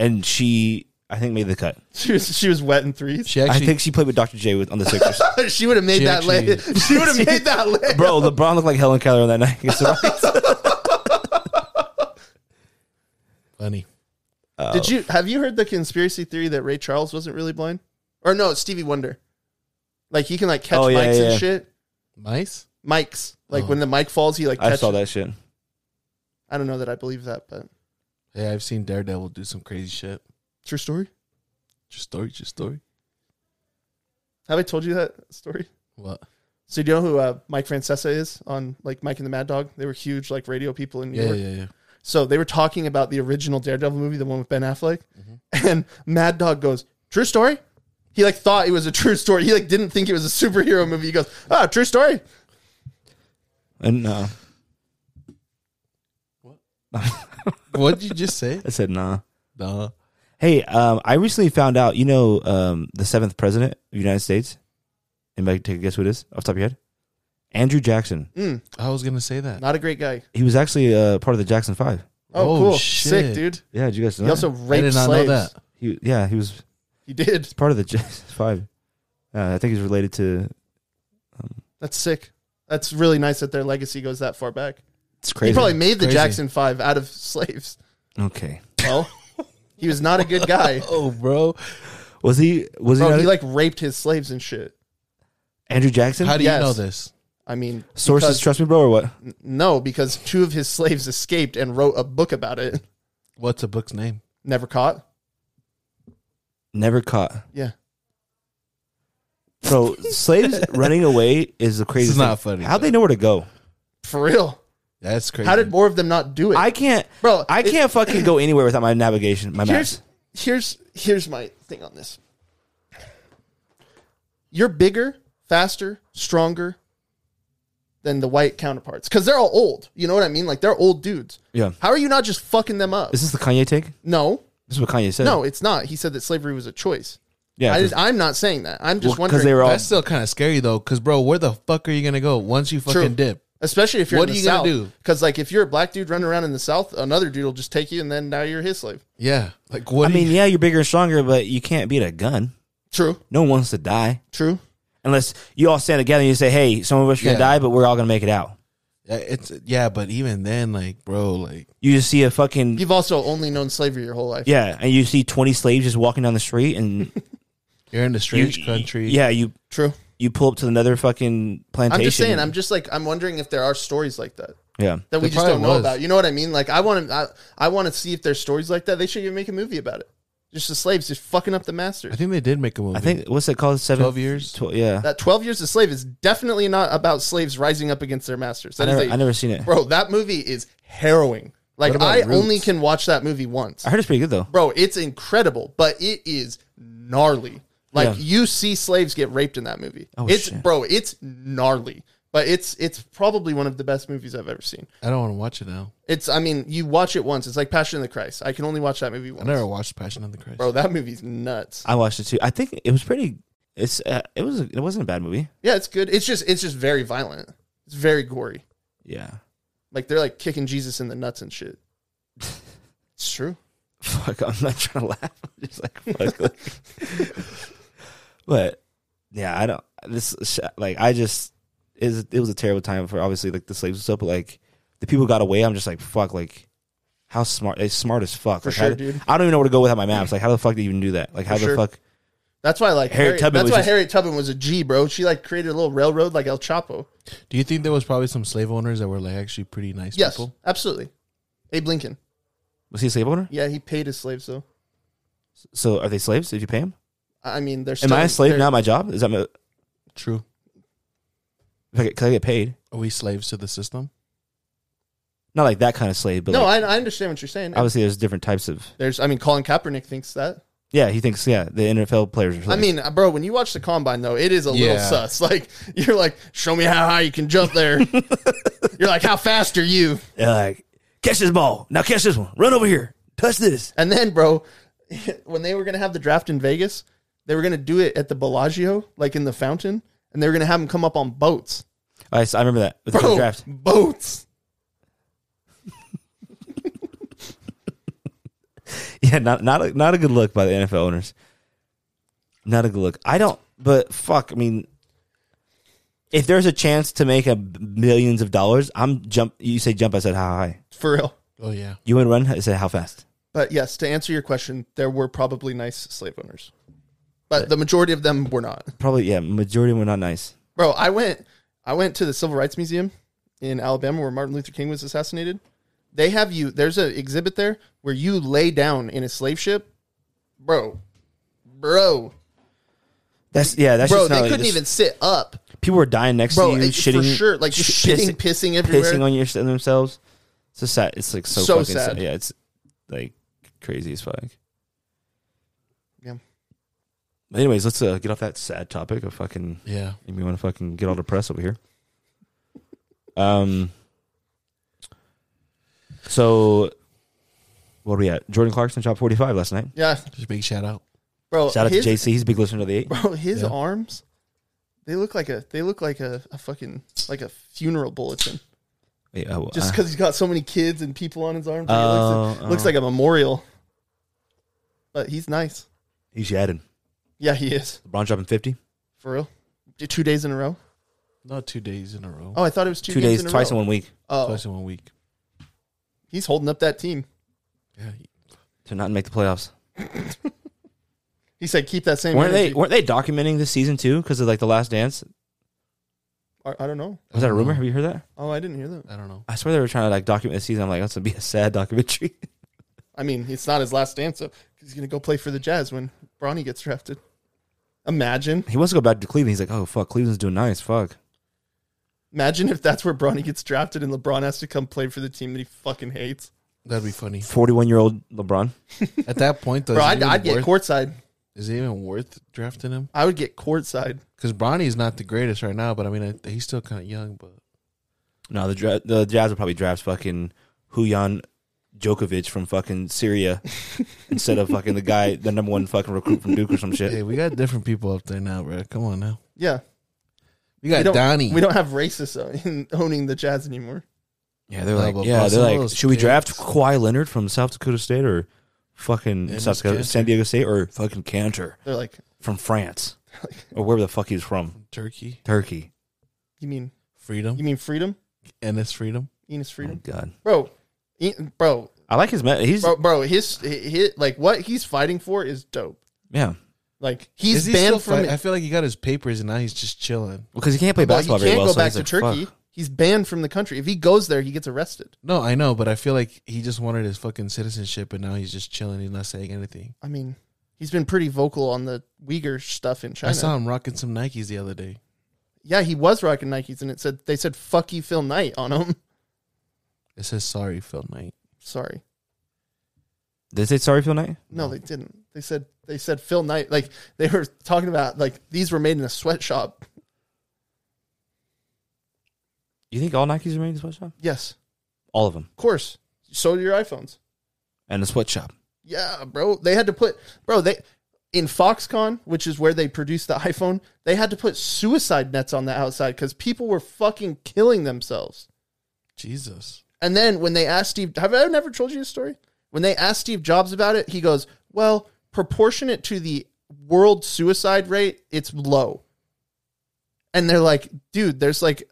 A: and she I think made the cut.
C: she was she was wet in threes.
B: she actually.
A: I think she played with Dr. J with on the Sixers.
C: She would have made
B: She
C: that
B: actually-
C: lay. She would have made that lay.
A: Bro, LeBron looked like Helen Keller on that night against the Rockets.
B: funny.
C: Did you have you heard the conspiracy theory that Ray Charles wasn't really blind? Or no, it's Stevie Wonder. Like he can like catch
A: Oh, yeah,
C: mics
A: yeah.
C: and shit.
B: Mice.
C: Mics. Like
B: Oh.
C: when the mic falls, he like
A: I
C: catches.
A: saw that shit.
C: I don't know that I believe that, but
B: Hey, I've seen Daredevil do some crazy shit.
C: true story.
B: Just story, just story.
C: Have I told you that story?
B: What?
C: So do you know who uh, Mike Francesa is on like Mike and the Mad Dog? They were huge like radio people in New
B: Yeah,
C: York.
B: yeah, yeah.
C: So they were talking about the original Daredevil movie, the one with Ben Affleck,
B: Mm-hmm.
C: and Mad Dog goes, "True story." He like thought it was a true story. He like didn't think it was a superhero movie. He goes, "Ah, true story."
A: And uh, no.
B: What did you just say?
A: I said nah.
B: Nah.
A: Hey, um, I recently found out, you know, um, the seventh president of the United States. Anybody take a guess who it is off the top of your head? Andrew Jackson.
B: I was gonna say that.
C: Mm, Not a great guy.
A: He was actually uh, part of the Jackson Five.
C: Oh,
B: Oh,
C: cool.
B: shit.
C: Sick, dude.
A: Yeah, did you guys know?
C: He
A: that?
C: also
B: I
C: raped
B: did not
C: slaves.
B: know that.
A: he, yeah, he was
C: He did.
A: part of the Jackson Five. Uh, I think he's related to.
C: That's sick. That's really nice that their legacy goes that far back.
A: It's crazy.
C: He probably made the
B: Crazy.
C: Jackson Five out of slaves.
A: okay.
C: Well, he was not a good guy.
B: Oh, bro.
A: Was he? Was
C: Bro,
A: he?
C: he
A: like
C: like raped his slaves and shit.
A: Andrew Jackson?
B: How do
C: Yes.
B: you know this?
C: I mean,
A: Sources
C: because-
A: trust me, bro, or what?
C: no, because two of his slaves escaped and wrote a book about it.
B: What's a book's name?
C: Never caught.
A: Never caught.
C: Yeah.
A: Bro, slaves running away is the craziest.
B: not
A: thing.
B: funny,
A: How'd they
B: though.
A: know where to go?
C: For real.
B: That's crazy.
C: How did more of them not do it?
A: I can't,
C: Bro,
A: I
C: it-
A: can't fucking go anywhere without my navigation, my maps.
C: here's here's here's my thing on this. You're bigger, faster, stronger than the white counterparts because they're all old. You know what I mean? Like they're old dudes.
A: Yeah.
C: How are you not just fucking them up?
A: Is this the Kanye take?
C: No,
A: This is what Kanye said.
C: no, it's not. He said that slavery was a choice.
A: yeah,
C: I
A: because
C: just, I'm not saying that. I'm just wondering.
A: they were all
B: That's still kind of scary though, because bro, where the fuck are you gonna go once you fucking
C: True.
B: dip?
C: especially if you're
B: What
C: in
B: are
C: the
B: you gonna
C: South.
B: do?
C: Because like if you're a black dude running around in the South, another dude will just take you, and then now you're his slave.
B: Yeah, like what?
A: I
B: do
A: mean,
B: you,
A: yeah, you're bigger and stronger, but you can't beat a gun.
C: True.
A: No one wants to die
C: True.
A: unless you all stand together and you say, "Hey, some of us are gonna
B: Yeah.
A: die, but we're all gonna make it out."
B: yeah, it's yeah, but even then, like, bro, like,
A: You just see a fucking
C: You've also only known slavery your whole life.
A: yeah, and you see twenty slaves just walking down the street, and
B: you're in a strange
A: you-
B: country.
A: yeah, you
C: True.
A: you pull up to another fucking plantation.
C: I'm just saying. I'm just like I'm wondering if there are stories like that.
A: Yeah.
C: that we just
B: There probably
C: don't know
B: was.
C: about. You know what I mean? Like I want to, I, I want to see if there's stories like that. They should even make a movie about it. Just the slaves just fucking up the masters.
B: I think they did make a movie.
A: I think what's it called? Seven
B: 12 years?
A: Tw- yeah.
C: that Twelve Years a Slave is definitely not about slaves rising up against their masters.
A: I
C: That is
A: never,
C: a-
A: I never seen it.
C: bro. That movie is harrowing. Like
B: What about
C: I
B: Roots?
C: only can watch that movie once.
A: I heard it's pretty good though.
C: bro it's incredible but it is gnarly like
A: Yeah.
C: you see slaves get raped in that movie
A: Oh,
C: it's
A: shit.
C: bro it's gnarly but it's it's probably one of the best movies i've ever seen
B: I don't want to watch it now.
C: it's i mean you watch it once it's like passion of the christ i can only watch that movie
B: I
C: once
B: never watched Passion of the Christ.
C: bro that movie's nuts
A: I watched it too. I think it was pretty. It's uh, it was it wasn't a bad movie.
C: yeah it's good it's just it's just very violent it's very gory
A: Yeah.
C: like they're like kicking jesus in the nuts and shit it's true
A: Fuck. I'm not trying to laugh. I'm just like fuck. like- but yeah, I don't. This sh- like I just is it was a terrible time for obviously like the slaves and stuff. But like the people got away. I'm just like fuck. Like how smart? They smart as fuck.
C: For
A: Like,
C: sure,
A: how, did-
C: dude.
A: I don't even know where to go without my maps. Like how the fuck did you even do that? Like how
C: For
A: the
C: sure.
A: fuck?
C: that's why like
A: Harriet
C: harriet
A: Tubman
C: that's
A: was
C: why
A: just-
C: harriet tubman was a g bro she like created a little railroad like el chapo
B: Do you think there was probably some slave owners that were like actually pretty nice
C: yes
B: people?
C: absolutely abe lincoln
A: Was he a slave owner?
C: Yeah, he paid his slaves though.
A: So are they slaves? Did you pay him?
C: I mean, they're.
A: Am
C: Still,
A: I a slave
C: they're-
A: now? My job is that my,
B: True.
A: if I get, 'cause I get paid.
B: Are we slaves to the system?
A: Not like that kind of slave, but
C: No,
A: like,
C: I, I understand what you're saying.
A: obviously there's different types of.
C: There's, I mean, Colin Kaepernick thinks that.
A: Yeah, he thinks yeah the NFL players. Are
C: I
A: slaves.
C: mean, uh, bro, when you watch the combine though, it is a little
B: Yeah.
C: sus. Like you're like, show me how high you can jump there. you're like, how fast are you?
A: They're like catch this ball now, catch this one, run over here, touch this.
C: And then, bro, when they were gonna have the draft in Vegas, they were gonna do it at the Bellagio, like in the fountain, and they were gonna have them come up on boats.
A: I, I remember that with the
C: Bro,
A: draft.
C: boats.
A: Yeah, not not a, not a good look by the NFL owners. Not a good look. I don't. But fuck, I mean, if there's a chance to make a millions of dollars, I'm jump. You say jump. I said how high.
C: for real.
B: Oh yeah.
A: You went run. I said how fast.
C: But yes, to answer your question, there were probably nice slave owners, but the majority of them were not.
A: Probably yeah. Majority were not nice.
C: bro i went i went to the civil rights museum in alabama where martin luther king was assassinated they have you there's an exhibit there where you lay down in a slave ship bro bro
A: That's yeah. That's
C: bro
A: just not
C: they
A: like
C: couldn't
A: this-
C: even sit up
A: people were dying next
C: bro
A: to you,
C: it-
A: shitting
C: for sure like just
A: sh-
C: shitting pissing everywhere
A: pissing on your themselves. It's just sad. It's like so,
C: So
A: fucking sad.
C: sad.
A: Yeah, it's like crazy as fuck.
C: Yeah.
A: But anyways, let's uh, get off that sad topic of fucking.
B: Yeah.
A: Made me want to fucking get all depressed over here. Um. So, what are we at? Jordan Clarkson shot forty five last night.
C: yeah
B: Just a big shout out.
C: bro
A: Shout out
C: his,
A: to JC. He's a big listener to the eight.
C: bro his
B: Yeah.
C: arms they look like a they look like a, a fucking like a funeral bulletin
A: Yeah, well,
C: just
A: uh,
C: because he's got so many kids and people on his arms like, it looks,
A: Oh,
C: looks
A: oh.
C: like a memorial but he's nice
A: he's added.
C: Yeah, he is.
A: LeBron dropping fifty.
C: For real. D- Two days in a row?
B: Not two days in a row.
C: Oh, I thought it was two,
A: Two
C: games
A: days,
C: in a
A: twice in
C: row.
A: one week.
C: Oh,
B: Twice in one week.
C: he's holding up that team.
B: Yeah.
A: to not make the playoffs.
C: He said, "Keep that same."
A: weren't
C: energy.
A: they weren't they documenting this season too because of like the last dance?
C: I, I don't know.
A: Was that a rumor? Have you heard that?
C: Oh, I didn't hear that.
B: I don't know.
A: Uh-huh. I swear they were trying to like document the season. I'm like, that's gonna be a sad documentary.
C: I mean, it's not his last dance, so he's gonna go play for the Jazz when Bronny gets drafted. Imagine,
A: he wants to go back to Cleveland. He's like, oh fuck, Cleveland's doing nice. Fuck.
C: imagine if that's where Bronny gets drafted and LeBron has to come play for the team that he fucking hates.
B: That'd be funny.
A: 41 year old LeBron.
B: At that point, though,
C: Bro,
B: is, it
C: I'd,
B: even
C: I'd get
B: worth,
C: courtside.
B: is it even worth drafting him?
C: I would get courtside.
B: Because Bronny's not the greatest right now, but I mean, I, he's still kind of young. But
A: No, the dra- the Jazz would probably draft fucking Hujan Djokovic from fucking Syria instead of fucking the guy, the number one fucking recruit from Duke or some shit.
B: hey, we got different people up there now, bro. Come on now.
C: Yeah,
B: We
C: we
B: got
C: don't.
B: Donnie.
C: We don't have racists uh, in owning the Jazz anymore.
A: Yeah, they're
B: No,
A: like,
B: but
A: yeah,
B: bro,
A: they're
B: some of
A: like,
B: those
A: should we draft
B: picks-
A: Kawhi Leonard from South Dakota State or fucking
B: Yeah,
A: South
B: it's
A: Dakota,
B: Cantor.
A: San Diego State or fucking Cantor?
C: They're like,
A: from France or wherever the fuck he's from,
B: Turkey.
A: Turkey.
C: you mean
B: Freedom.
C: you mean freedom?
B: NS Freedom.
A: Oh
C: Enos
A: my
C: freedom,
A: God,
C: bro. E- bro,
A: I like his. Me- he's
C: bro, bro, his, his like what he's fighting for is dope.
A: yeah,
C: Like he's
B: Is he
C: banned
B: still
C: from
B: fight- I
C: it.
B: feel like he got his papers and now he's just chilling.
A: because he can't play
C: Well,
A: basketball
C: he can't
A: very well.
C: go
A: so he's
C: back to
A: like,
C: Turkey.
A: fuck.
C: He's banned from the country. If he goes there, he gets arrested.
B: No, I know, but I feel like he just wanted his fucking citizenship, and now he's just chilling. He's not saying anything.
C: I mean, he's been pretty vocal on the Uyghur stuff in China.
B: I saw him rocking some Nikes the other day.
C: Yeah, he was rocking Nikes, and it said they said "fuck you, Phil Knight" on him.
B: It says sorry, Phil Knight.
C: Sorry,
A: Did it say sorry Phil Knight?
C: no, they didn't. They said they said Phil Knight. Like they were talking about like these were made in a sweatshop.
A: You think all Nikes are made in a sweatshop?
C: Yes,
A: All of them.
C: of course. So do your iPhones.
A: And a sweatshop.
C: Yeah, bro. They had to put bro they in Foxconn, which is where they produced the iPhone. They had to put suicide nets on the outside because people were fucking killing themselves.
B: Jesus.
C: And then when they asked Steve, have I never told you this story? When they asked Steve Jobs about it, he goes, "Well, proportionate to the world suicide rate, it's low." And they're like, "Dude, there's like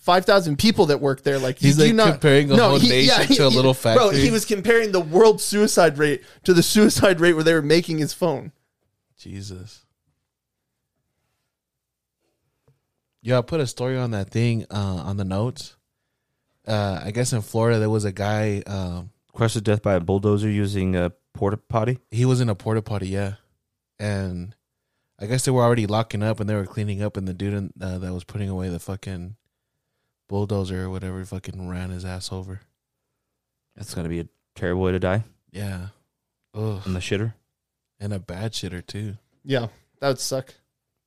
C: five thousand people that work there. Like,
B: He's,
C: you do
B: like,
C: not-
B: comparing a whole nation to a little
C: Bro,
B: factory.
C: he was comparing the world suicide rate to the suicide rate where they were making his phone.
B: Jesus. Yeah, I put a story on that thing uh, on the notes. Uh, I guess in Florida there was a guy. Um,
A: Crushed to death by a bulldozer using a porta potty.
B: he was in a porta potty, yeah, and I guess they were already locking up and they were cleaning up, and the dude in, uh, that was putting away the fucking bulldozer or whatever fucking ran his ass over.
A: That's gonna be a terrible way to die
B: Yeah, ugh,
A: in the shitter.
B: and a bad shitter too.
C: Yeah, that would suck.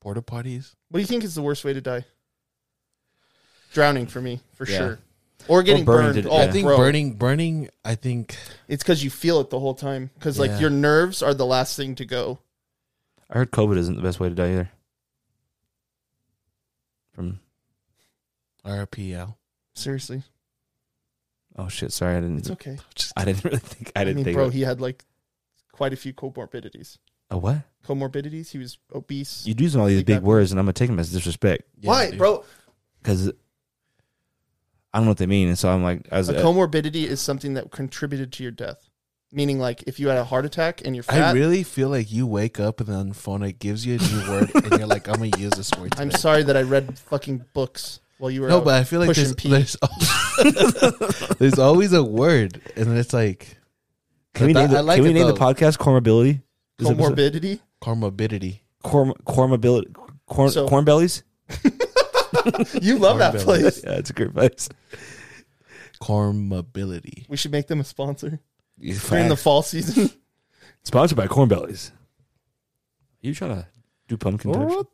B: Porta potties.
C: What do you think is the worst way to die? Drowning for me, for
A: Yeah.
C: sure. Or getting
A: burning
C: burned.
A: to-
C: oh,
B: I think
C: bro.
B: burning, burning. I think
C: It's because you feel it the whole time. Because
B: Yeah.
C: like your nerves are the last thing to go.
A: I heard COVID isn't the best way to die either. From
B: RPL.
C: Seriously,
A: oh shit, sorry, I didn't.
B: Mm.
C: it's okay.
A: I didn't really think. I
C: I,
A: didn't
C: mean,
A: think.
C: bro,
A: about-
C: he had like quite a few comorbidities.
A: a what?
C: Comorbidities. He was obese.
A: You're using all these
C: He
A: big
C: got-
A: words, and I'm gonna take them as disrespect
B: Yeah,
C: Why,
B: dude.
C: bro?
A: because I don't know what they mean, and so I'm like, as
C: A comorbidity is something that contributed to your death. Meaning, like if you had a heart attack and you're
B: I
C: fat.
B: really feel like you wake up and then phone it gives you a new word and you're like, I'm gonna use this word.
C: I'm
B: today."
C: sorry that I read fucking books while you were.
B: No,
C: out.
B: but I feel like
C: pushing
B: there's,
C: pee.
B: there's there's always a word, and it's like
A: can we
B: But
A: name,
B: that-
A: the,
B: I like
A: can we
B: it,
A: name the
B: though.
A: podcast Cormability? Is it-
C: comorbidity.
B: comorbidity.
A: Corm Cormability Corn
C: So-
A: Corn Bellies.
C: You love that
B: Comorbidity.
C: place.
A: Yeah, it's a great place.
B: Cormability.
C: We should make them a sponsor during the
A: Facts.
C: fall season.
A: Sponsored by Corn Bellies. You trying to do pumpkin? patch?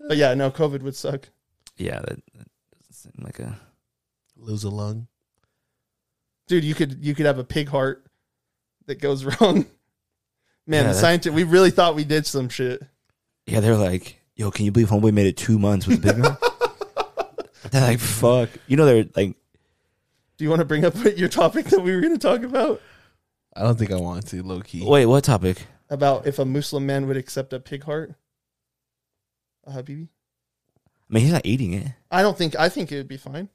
C: but yeah, no, COVID would suck.
A: Yeah, that, that doesn't seem like a.
B: Lose a lung.
C: dude you could you could have a pig heart that goes
A: Yeah,
C: wrong man the
A: that's-
C: scientist we really thought we did some shit
A: Yeah, they're like, yo, can you believe Homeboy made it two months with the big man? they're like, fuck. You know, they're like,
C: do you want to bring up your topic that we were going to talk about
B: I don't think I want to low key.
A: wait, what topic?
C: about if a muslim man would accept a pig heart a habibi
A: I mean, he's not eating it.
C: i don't think i think it would be fine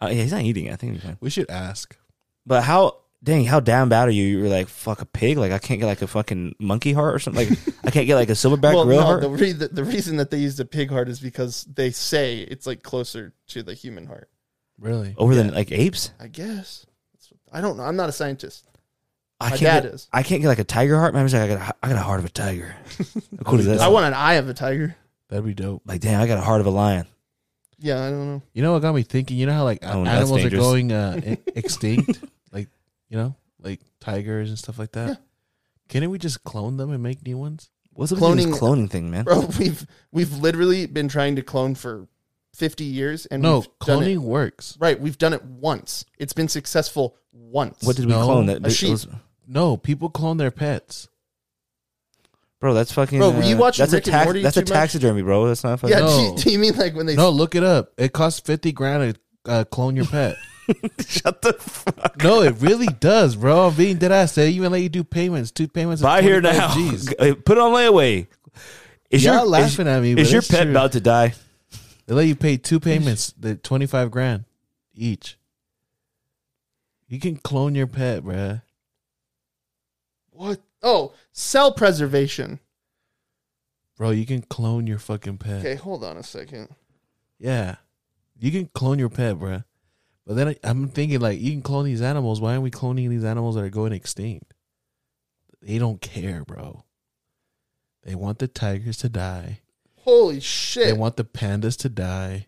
A: Uh, yeah, he's not eating it. I think he's fine.
B: We should ask.
A: But how, dang, how down bad are you? You were like, fuck a pig. Like, I can't get like a fucking monkey heart or something. Like, I can't get like a silverback
C: well
A: gorilla
C: no,
A: heart.
C: the, re- the, the reason that they used a pig heart is because they say it's like closer to the human heart
B: Really?
A: Over the like apes.
C: i guess i don't know i'm not a scientist
A: I
C: my
A: can't.
C: dad
A: get,
C: is
A: I can't get like a tiger heart. Man, I'm just like, I got, a, I got a heart of a tiger. How cool is that?
C: i want an eye of a tiger
B: That'd be dope.
A: like, damn, I got a heart of a lion.
C: yeah i don't know
B: You know what got me thinking? You know how like
A: Oh, that's
B: animals are
A: dangerous.
B: going uh, e- extinct, like you know, like tigers and stuff like that.
C: Yeah.
B: Can't we just clone them and make new ones?
A: What's up with this
C: Cloning-
A: cloning thing, man?
C: bro we've we've literally been trying to clone for 50 years and
B: No,
C: we've done
B: cloning
C: it,
B: works.
C: right we've done it once it's been successful once
A: What did we
B: No,
A: clone? That
C: a sheep.
A: was-
B: No, people clone their pets.
A: Bro, that's fucking.
C: Bro, were you
A: uh,
C: watching
A: That's
C: Rick
A: a
C: and
A: tax.
C: Morty
A: that's a
C: too much?
A: taxidermy, bro. That's not fucking.
C: yeah do,
B: No.
C: you, do you mean like when they
B: No, look it up. It costs fifty grand to uh, clone your pet.
A: Shut the fuck.
B: no, it really does, bro. I'm being dead ass. They even let you do payments, two payments. of
A: Buy here
B: 25
A: now.
B: G's.
A: G- Put it on layaway. Is
B: Oh, Y'all
A: your
B: laughing at me,
A: Is,
B: but
A: your
B: it's
A: pet
B: true.
A: about to die?
B: They let you pay two payments, the twenty five grand each. You can clone your pet, bruh.
C: what oh cell preservation
B: Bro, you can clone your fucking pet.
C: okay hold on a second
B: Yeah, you can clone your pet, bruh. But then I, I'm thinking like, you can clone these animals. Why aren't we cloning these animals that are going extinct? They don't care, bro. They want the tigers to die.
C: Holy
B: They
C: shit!
B: want the pandas to die.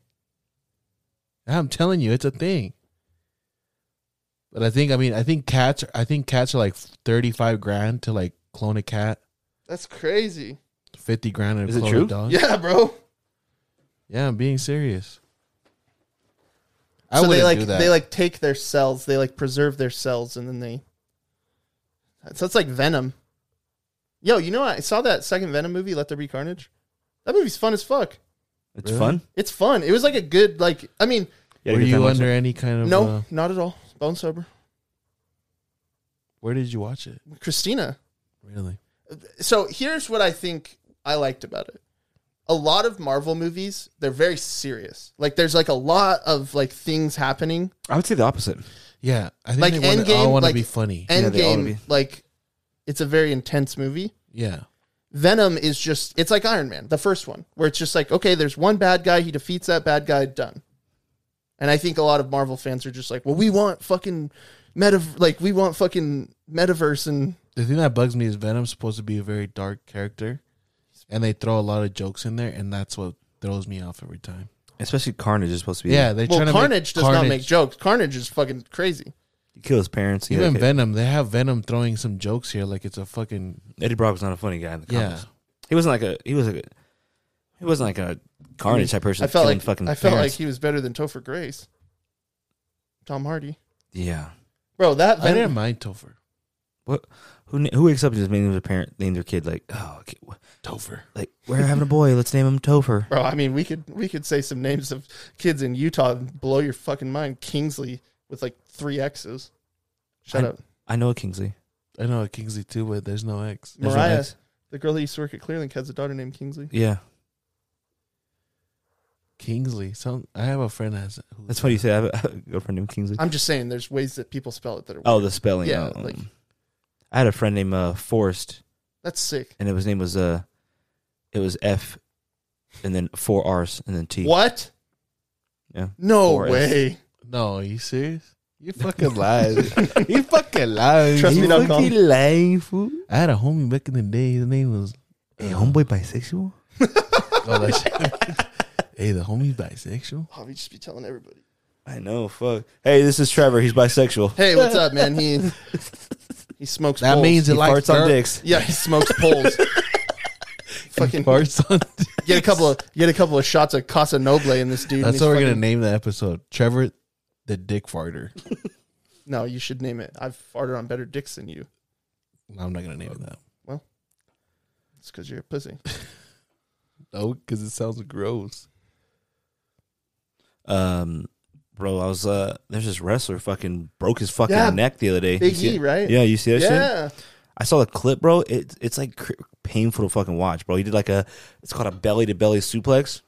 B: I'm telling you, it's a thing. But I think I mean I think cats are, I think cats are like 35 grand to like clone a cat,
C: That's crazy.
B: 50 grand to
A: Is it
B: clone
A: true?
B: a dog.
C: Yeah, bro.
B: Yeah, I'm being serious. I
C: so
B: wouldn't
C: they like
B: do that.
C: they like take their cells, they like preserve their cells, and then they. So it's like Venom. Yo, you know what? I saw that second Venom movie, Let There Be Carnage. That movie's fun as fuck.
A: It's
B: Really?
A: fun.
C: It's fun. It was like a good like. I mean,
A: Yeah,
B: Were
A: good time
B: you
A: watching
B: under any kind of
C: no,
B: uh,
C: not at all. Bone sober.
B: where did you watch it?
C: Christina.
B: Really?
C: So here's what I think I liked about it. A lot of Marvel movies, they're very serious. Like there's like a lot of like things happening.
A: it. I would say the opposite.
B: Yeah, I think
C: Like
B: they wanna,
C: Endgame,
B: all want to
C: like-
B: be funny.
A: Yeah, they ought to
C: Endgame,
A: be.
C: like it's a very intense movie.
B: yeah.
C: Venom is just it's like Iron Man, the first one, where it's just like, okay, there's one bad guy, he defeats that bad guy, done. And I think a lot of Marvel fans are just like, well, we want fucking meta like we want fucking metaverse and
B: the thing that bugs me is Venom's supposed to be a very dark character, and they throw a lot of jokes in there, and that's what throws me off every time.
A: Especially Carnage is supposed to be.
B: Yeah, they're
C: well,
B: trying to
C: Carnage
B: make
C: does not make jokes. Carnage is fucking crazy.
A: He killed his parents. He had a
B: Even
A: kid.
B: Venom, they have Venom throwing some jokes here, like it's a fucking
A: Eddie Brock was not a funny guy in the
B: yeah.
A: comics. He wasn't like a. He was like a. He wasn't like a Carnage type person.
C: I felt
A: killing
C: like
A: fucking.
C: I felt like
A: parents.
C: he was better than Topher Grace. Tom Hardy.
A: Yeah.
C: Bro, that
B: I didn't
C: Venom,
B: mind Topher.
A: What? Who? na- Who wakes up and just names their parent, name their kid like, oh, okay, wh-
B: Topher.
A: like we're having a boy. Let's name him Topher.
C: bro, I mean, we could we could say some names of kids in Utah and blow your fucking mind. Kingsley with like three X's. Shut
A: I-
C: up.
A: I know a Kingsley.
B: I know Kingsley too, but there's no X.
A: There's no
C: Mariah.
A: X.
C: The girl that used to work at Clearlink has a daughter named Kingsley.
A: Yeah,
B: Kingsley. Some I have a friend that has who-
A: that's what you say. I have a- I have a girlfriend named Kingsley.
C: I'm just saying, there's ways that people spell it that are.
A: Oh, the spelling.
C: Yeah,
A: um,
C: like-
A: I had a friend named uh, Forrest,
C: That's sick.
A: and it, his name was uh, it was F, and then four R's and then T.
C: What?
A: E. Yeah.
C: No
A: Or is-
C: way.
B: No, are you serious? You fucking lying. you fucking lying.
C: Trust
B: You
C: me,
B: fuck-
C: dot com.
A: lying fool.
B: I had a homie back in the day. His name was
C: Uh-huh.
A: Hey,
B: Uh-huh.
A: homeboy bisexual.
B: Oh, that shit. hey, the homie's bisexual.
C: Javi just be telling everybody.
A: I know. Fuck. Hey, this is Trevor. He's bisexual.
C: Hey, what's up, man? He he smokes.
B: That
C: poles.
B: means it
A: he
B: likes
A: farts on
B: girl-
A: dicks.
C: yeah, he smokes poles. Fucking
B: farts on.
C: get a couple of get a couple of shots of Casa Noble in this dude. and
B: That's
C: he's
B: what we're gonna
C: fucking-
B: name the episode. Trevor, the dick farter.
C: No, you should name it. I've farted on better dicks than you.
B: I'm not gonna name it that.
C: It's because you're a pussy.
B: No, because it sounds gross.
A: Um, bro, I was uh, there's this wrestler fucking broke his fucking
C: Yeah,
A: neck the other day.
C: Big
A: You see
C: E,
A: it?
C: right?
A: Yeah, you see that shit?
C: Yeah.
A: I saw the clip, bro. It it's like cr- painful to fucking watch, bro. He did like a it's called a belly to belly suplex,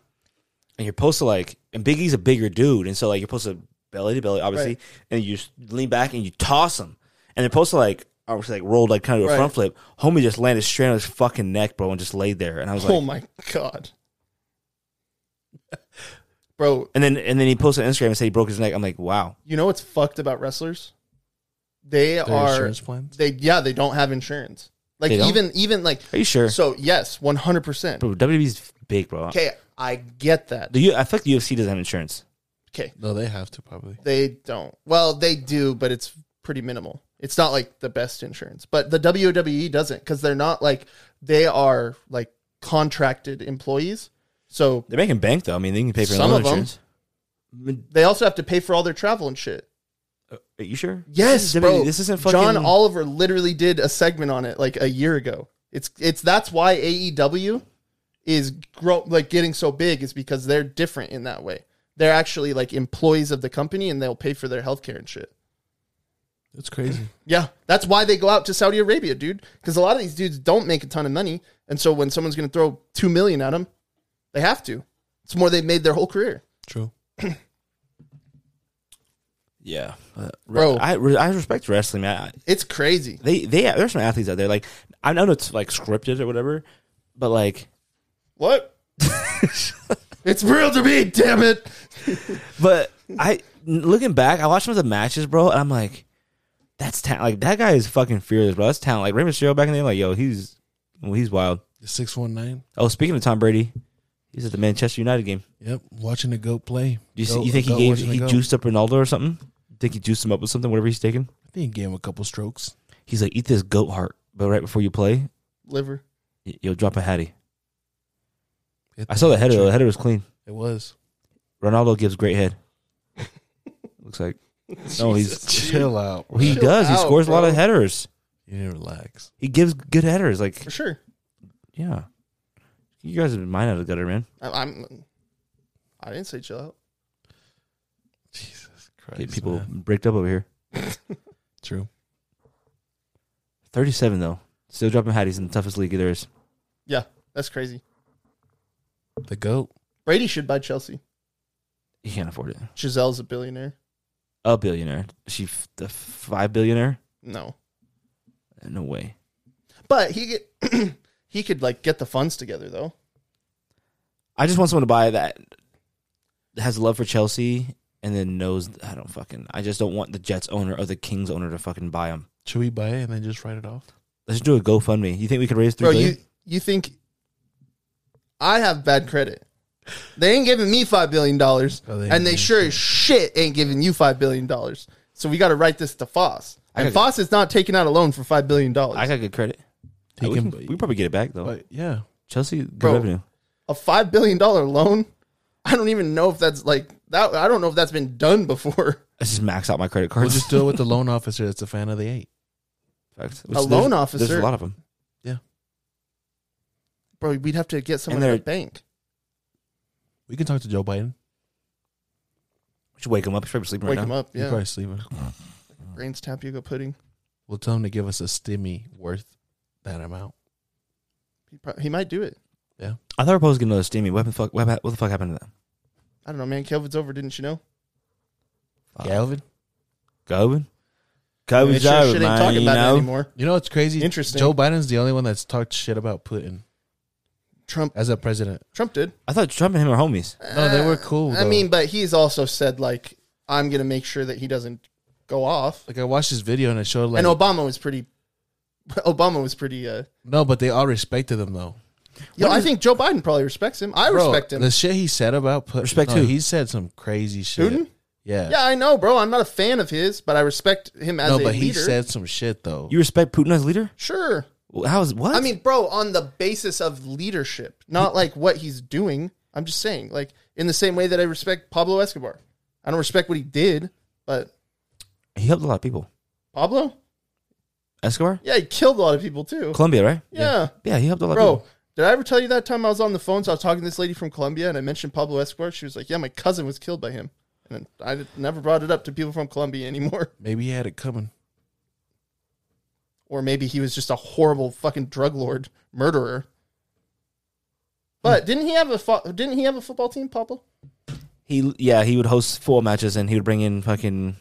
A: and you're supposed to like and Biggie's a bigger dude, and so like you're supposed to belly to belly, obviously,
C: Right.
A: and you s- lean back and you toss him, and they're supposed to like obviously like rolled like kind of do a
C: Right.
A: front flip. Homie just landed straight on his fucking neck, bro, and just laid there, and I was like,
C: Oh my god, bro.
A: and then and then he posted on Instagram and said he broke his neck. I'm like, wow,
C: You know what's fucked about wrestlers? They
B: Their
C: are
B: insurance plans.
C: they yeah they don't have insurance. Like
A: They don't?
C: even even like
A: are you sure?
C: so yes one hundred percent.
A: bro, WWE's big, bro.
C: Okay, I get that.
A: The U- I feel like the UFC doesn't have insurance.
C: Okay,
B: No, they have to probably.
C: they don't. Well, they do, but it's pretty minimal. It's not like the best insurance, but the WWE doesn't because they're not like they are like contracted employees. So
A: They're making bank though. I mean, they can pay for
C: Some
A: their own
C: of 'em.
A: insurance. But-
C: they also have to pay for all their travel and shit.
A: uh, Are you sure?
C: Yes,
A: This is-
C: bro.
A: This isn't fucking
C: John Oliver literally did a segment on it like a year ago. It's it's that's why AEW is grow like getting so big is because they're different in that way. They're actually like employees of the company and they'll pay for their healthcare and shit.
B: It's crazy.
C: Yeah, that's why they go out to Saudi Arabia, dude. Because a lot of these dudes don't make a ton of money, and so when someone's going to throw two million at them, they have to. It's more they've made their whole career.
B: True.
A: Yeah,
C: Bro.
A: bro. I re- I respect wrestling, man. I-
C: It's crazy.
A: They they there's some athletes out there like I know it's like scripted or whatever, but like
C: What? It's real to me, damn it.
A: But I looking back, I watched some of the matches, bro, and I'm like, that's talent. Like that guy is fucking fearless, bro. That's talent. Like Rey Mysterio back in the day, like yo, he's well, he's wild.
B: Six one nine.
A: Oh, speaking of Tom Brady, he's at the Manchester United game.
B: Yep, watching the goat play.
A: Do you, see,
B: Goat-
A: you think he
B: goat
A: gave
B: watching the
A: he
B: goat.
A: juiced up Ronaldo or something? Think he juiced him up with something, whatever he's taking?
B: I think he gave him a couple strokes.
A: He's like, eat this goat heart, but right before you play,
C: Liver.
A: y- you'll drop a hattie.
B: Hit
A: I saw the header.
B: picture.
A: though. The header was clean.
B: It was.
A: Ronaldo gives great head. Looks like no, he's
B: Chill out.
A: he
C: Chill
A: does. he
C: out,
A: scores a lot
C: bro.
A: of headers.
B: You need to relax.
A: He gives good headers. Like
C: For sure.
A: yeah, you guys have been mine out of the gutter, man.
C: I, I'm. I didn't say chill out.
B: Jesus Christ.
A: Get people
B: man.
A: bricked up over here.
B: True.
A: Thirty-seven though, still dropping hatties in the toughest league there is.
C: Yeah, that's crazy.
B: The goat.
C: Brady should buy Chelsea.
A: He can't afford it.
C: Giselle's a billionaire.
A: A billionaire. She f- the five billionaire.
C: No,
A: No way.
C: but he get, he could like get the funds together though.
A: I just want someone to buy that has love for Chelsea and then knows I don't fucking. I just don't want the Jets owner or the Kings owner to fucking buy him.
B: Should we buy it and then just write it off?
A: Let's do a GoFundMe. You think we could raise three
C: Bro,
A: billion?
C: you you think I have bad credit? They ain't giving me five billion dollars,
B: Oh, they ain't
C: and they
B: giving
C: sure as shit ain't giving you five billion dollars. So we got to write this to Foss, and
A: gotta-
C: Foss is not taking out a loan for five billion
A: I
C: dollars.
A: got good credit. Uh,
B: He
A: we,
B: can-
A: can, we can probably get it back though.
B: But yeah,
A: Chelsea good
C: Bro.
A: revenue.
C: A five billion dollar loan? I don't even know if that's like that. I don't know if that's been done before.
A: Let's just max out my credit
B: we'll
A: cards.
B: just do it with the loan officer that's a fan of the eight.
A: Facts. Which
C: A
A: there's-
C: loan officer.
A: There's a lot of them.
C: Bro, we'd have to get someone
A: And
C: at a
A: they're-
C: bank.
B: We can talk to Joe Biden.
A: We should wake him up. He's probably sleeping
C: Wake
A: right
C: him
A: now.
C: up.
B: He's
C: Yeah.
B: probably sleeping.
C: Grains tapioca pudding.
B: We'll tell him to give us a stimmy worth that amount.
C: He, prob- he might do it.
A: I thought we were supposed to get another steamy. What, happened- fuck, what, hap- what the fuck happened to that?
C: I don't know, man. COVID's over, didn't you know?
A: Fuck.
B: Galvin.
A: Calvin?
C: I mean,
A: Calvin's
C: sure
A: out,
C: shit ain't
A: man,
C: talking
A: you
C: about it
A: know?
C: anymore.
B: You know what's crazy?
C: Interesting.
B: Joe Biden's the only one that's talked shit about Putin
C: Trump,
B: as a president.
C: Trump did.
A: I thought Trump and him are homies.
B: No, they were cool.
C: Uh, I
B: though.
C: mean, but he's also said like, I'm gonna make sure that he doesn't go off.
B: like I watched this video and it showed like
C: and Obama was pretty. Obama was pretty. Uh,
B: no, but they all respected him though.
C: yo, I think Joe Biden probably respects him. I
B: Bro,
C: respect him.
B: The shit he said about Putin.
A: Respect
B: no,
A: who?
B: He said some crazy shit.
C: Putin?
B: Yeah.
C: Yeah, I know, bro. I'm not a fan of his, but I respect him as
B: no,
C: a
B: but he
C: leader.
B: said some shit though.
A: You respect Putin as leader?
C: sure.
A: How is what?
C: I mean, bro, on the basis of leadership, not like what he's doing. I'm just saying, like in the same way that I respect Pablo Escobar. I don't respect what he did, but
A: he helped a lot of people.
C: Pablo,
A: Escobar?
C: yeah, he killed a lot of people too.
A: Colombia, right?
C: yeah.
A: Yeah, he helped a lot of
C: Bro,
A: people.
C: did I ever tell you that time I was on the phone? So I was talking to this lady from Colombia, and I mentioned Pablo Escobar. She was like, "Yeah, my cousin was killed by him," and then I never brought it up to people from Colombia anymore.
B: Maybe he had it coming.
C: Or maybe he was just a horrible fucking drug lord murderer. But didn't he have a fo- didn't he have a football team, Pablo
A: He yeah, he would host football matches and he would bring in fucking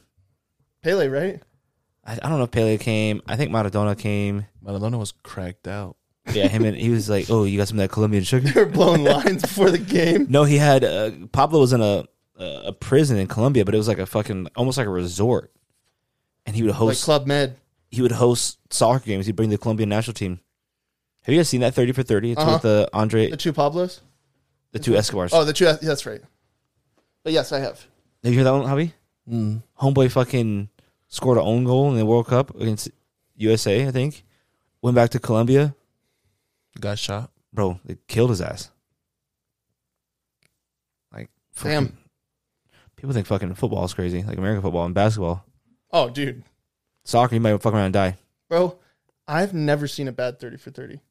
C: Pele? Right?
A: I, I don't know if Pele came. I think Maradona came.
B: Maradona was cracked out.
A: Yeah, him and he was like, "Oh, you got some of that Colombian sugar?"
C: They were blowing lines before the game.
A: No, he had uh, Pablo was in a a prison in Colombia, but it was like a fucking almost like a resort, and he would
C: Like
A: host
C: Club Med.
A: he would host soccer games. He'd bring the Colombian national team. Have you guys seen that Thirty for Thirty? It's
C: Uh-huh.
A: with the Andre,
C: The
A: the,
C: two Pablos.
A: two Escobars.
C: Oh, the two. yeah, That's right. But yes, I have.
A: Have you heard that one, Javi?
B: Mm.
A: Homeboy fucking scored an own goal in the World Cup against USA. I think went back to Colombia,
B: Got shot.
A: bro. They killed his ass. Like
C: Damn.
A: fucking- People think fucking football is crazy, like American football and basketball.
C: Oh, dude,
A: Soccer, you might fuck around and die.
C: bro, I've never seen a bad 30 for 30.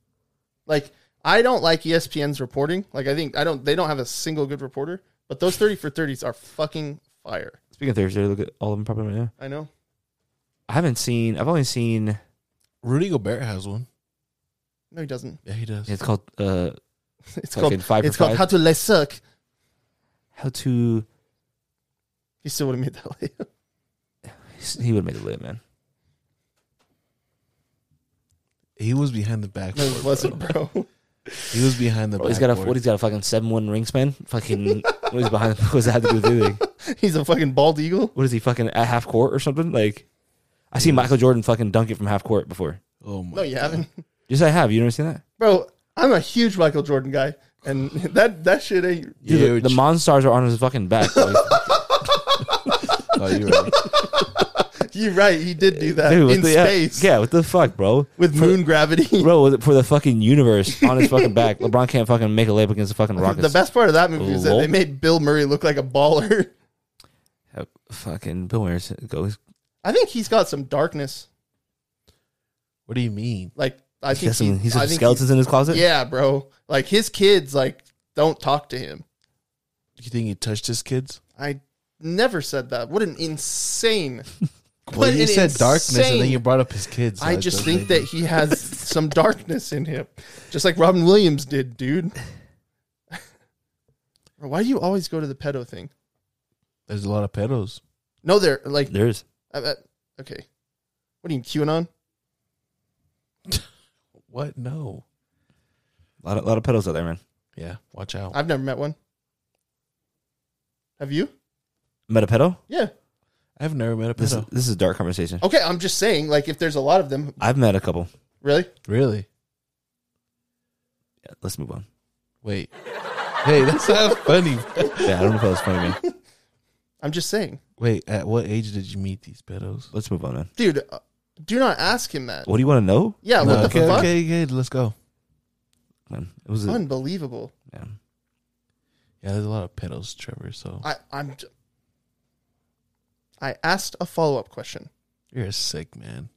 C: Like, I don't like E ESPN's reporting. Like, I think I don't they don't have a single good reporter, but those 30 for 30s are fucking fire.
A: Speaking of Thursday, look at all of them probably right now.
C: I know.
A: I haven't seen. I've only seen.
B: Rudy Gobert has one.
C: No, he doesn't.
B: Yeah, he does.
A: It's called uh,
C: It's
A: Fucking
C: called
A: five for
C: It's called
A: five.
C: How to Les Suck.
A: how to.
C: He still would have made that layup.
A: He would have made a lit, man.
B: He was behind the back.
C: No, he wasn't, bro.
B: He was behind the.
A: Bro, he's got a
B: backboard.
A: what? He's got a fucking seven one ring span. Fucking what is behind? What does that have to do with anything? Oh
C: He's a fucking bald eagle.
A: What is he fucking at half court or something? Like, I seen Michael Jordan fucking dunk it from half court before.
B: Oh my!
C: No, you haven't,
A: Yes, I have. You never seen that?
C: bro. I'm a huge Michael Jordan guy, and that that shit ain't.
A: Dude, the-
B: Huge.
A: the, monstars are on his fucking back. Like,
B: Oh, you're right.
C: You're right. He did do that
A: dude, what
C: in
A: the- yeah,
C: space
A: Yeah, what the fuck, bro?
C: with moon gravity.
A: Bro, with- for the fucking universe on his fucking back, LeBron can't fucking make a layup against the fucking Rockets.
C: The best part of that movie is that
A: Lol.
C: they made Bill Murray look like a baller.
A: Uh, fucking Bill Murray goes.
C: I think he's got some darkness.
B: What do you mean?
C: Like I
A: He
C: think
A: has some,
C: he-
A: he's
C: I
A: some
C: think
A: skeletons in his closet.
C: he- yeah, bro. Like his kids, like don't talk to him.
B: You think he touched his kids?
C: I never said that. What an insane. What
B: Well, you
C: an
B: said darkness, and then
C: insane-
B: you brought up his kids. so
C: I just
B: don't
C: think that he has some darkness in him, just like Robin Williams did, dude. Bro, Why do you always go to the pedo thing?
B: there's a lot of pedos.
C: No, they're like,
A: There's
C: I- I- okay. What are you QAnon?
B: What? No.
A: a lot of, lot of pedos out there, man.
B: Yeah, watch out.
C: I've never met one. Have you?
A: Met a pedo?
C: Yeah.
B: I've never met a
A: This,
B: pedo.
A: this is a dark conversation.
C: Okay, I'm just saying, like, if there's a lot of them,
A: I've met a couple.
C: really?
B: Really?
A: Yeah, let's move on.
B: Wait. Hey, that's not funny.
A: Yeah, I don't know if that was funny, man.
C: I'm just saying.
B: Wait, at what age did you meet these pedos?
A: Let's move on, man.
C: Dude, uh, do not ask him that.
A: What do you want to know?
C: Yeah,
B: No,
C: what the
B: okay,
C: fuck?
B: okay, good. Let's go.
A: Man, it was a,
C: Unbelievable.
A: yeah.
B: Yeah, there's a lot of pedos, Trevor. So
C: I, I'm. j- I asked a follow up question.
B: you're a sick man.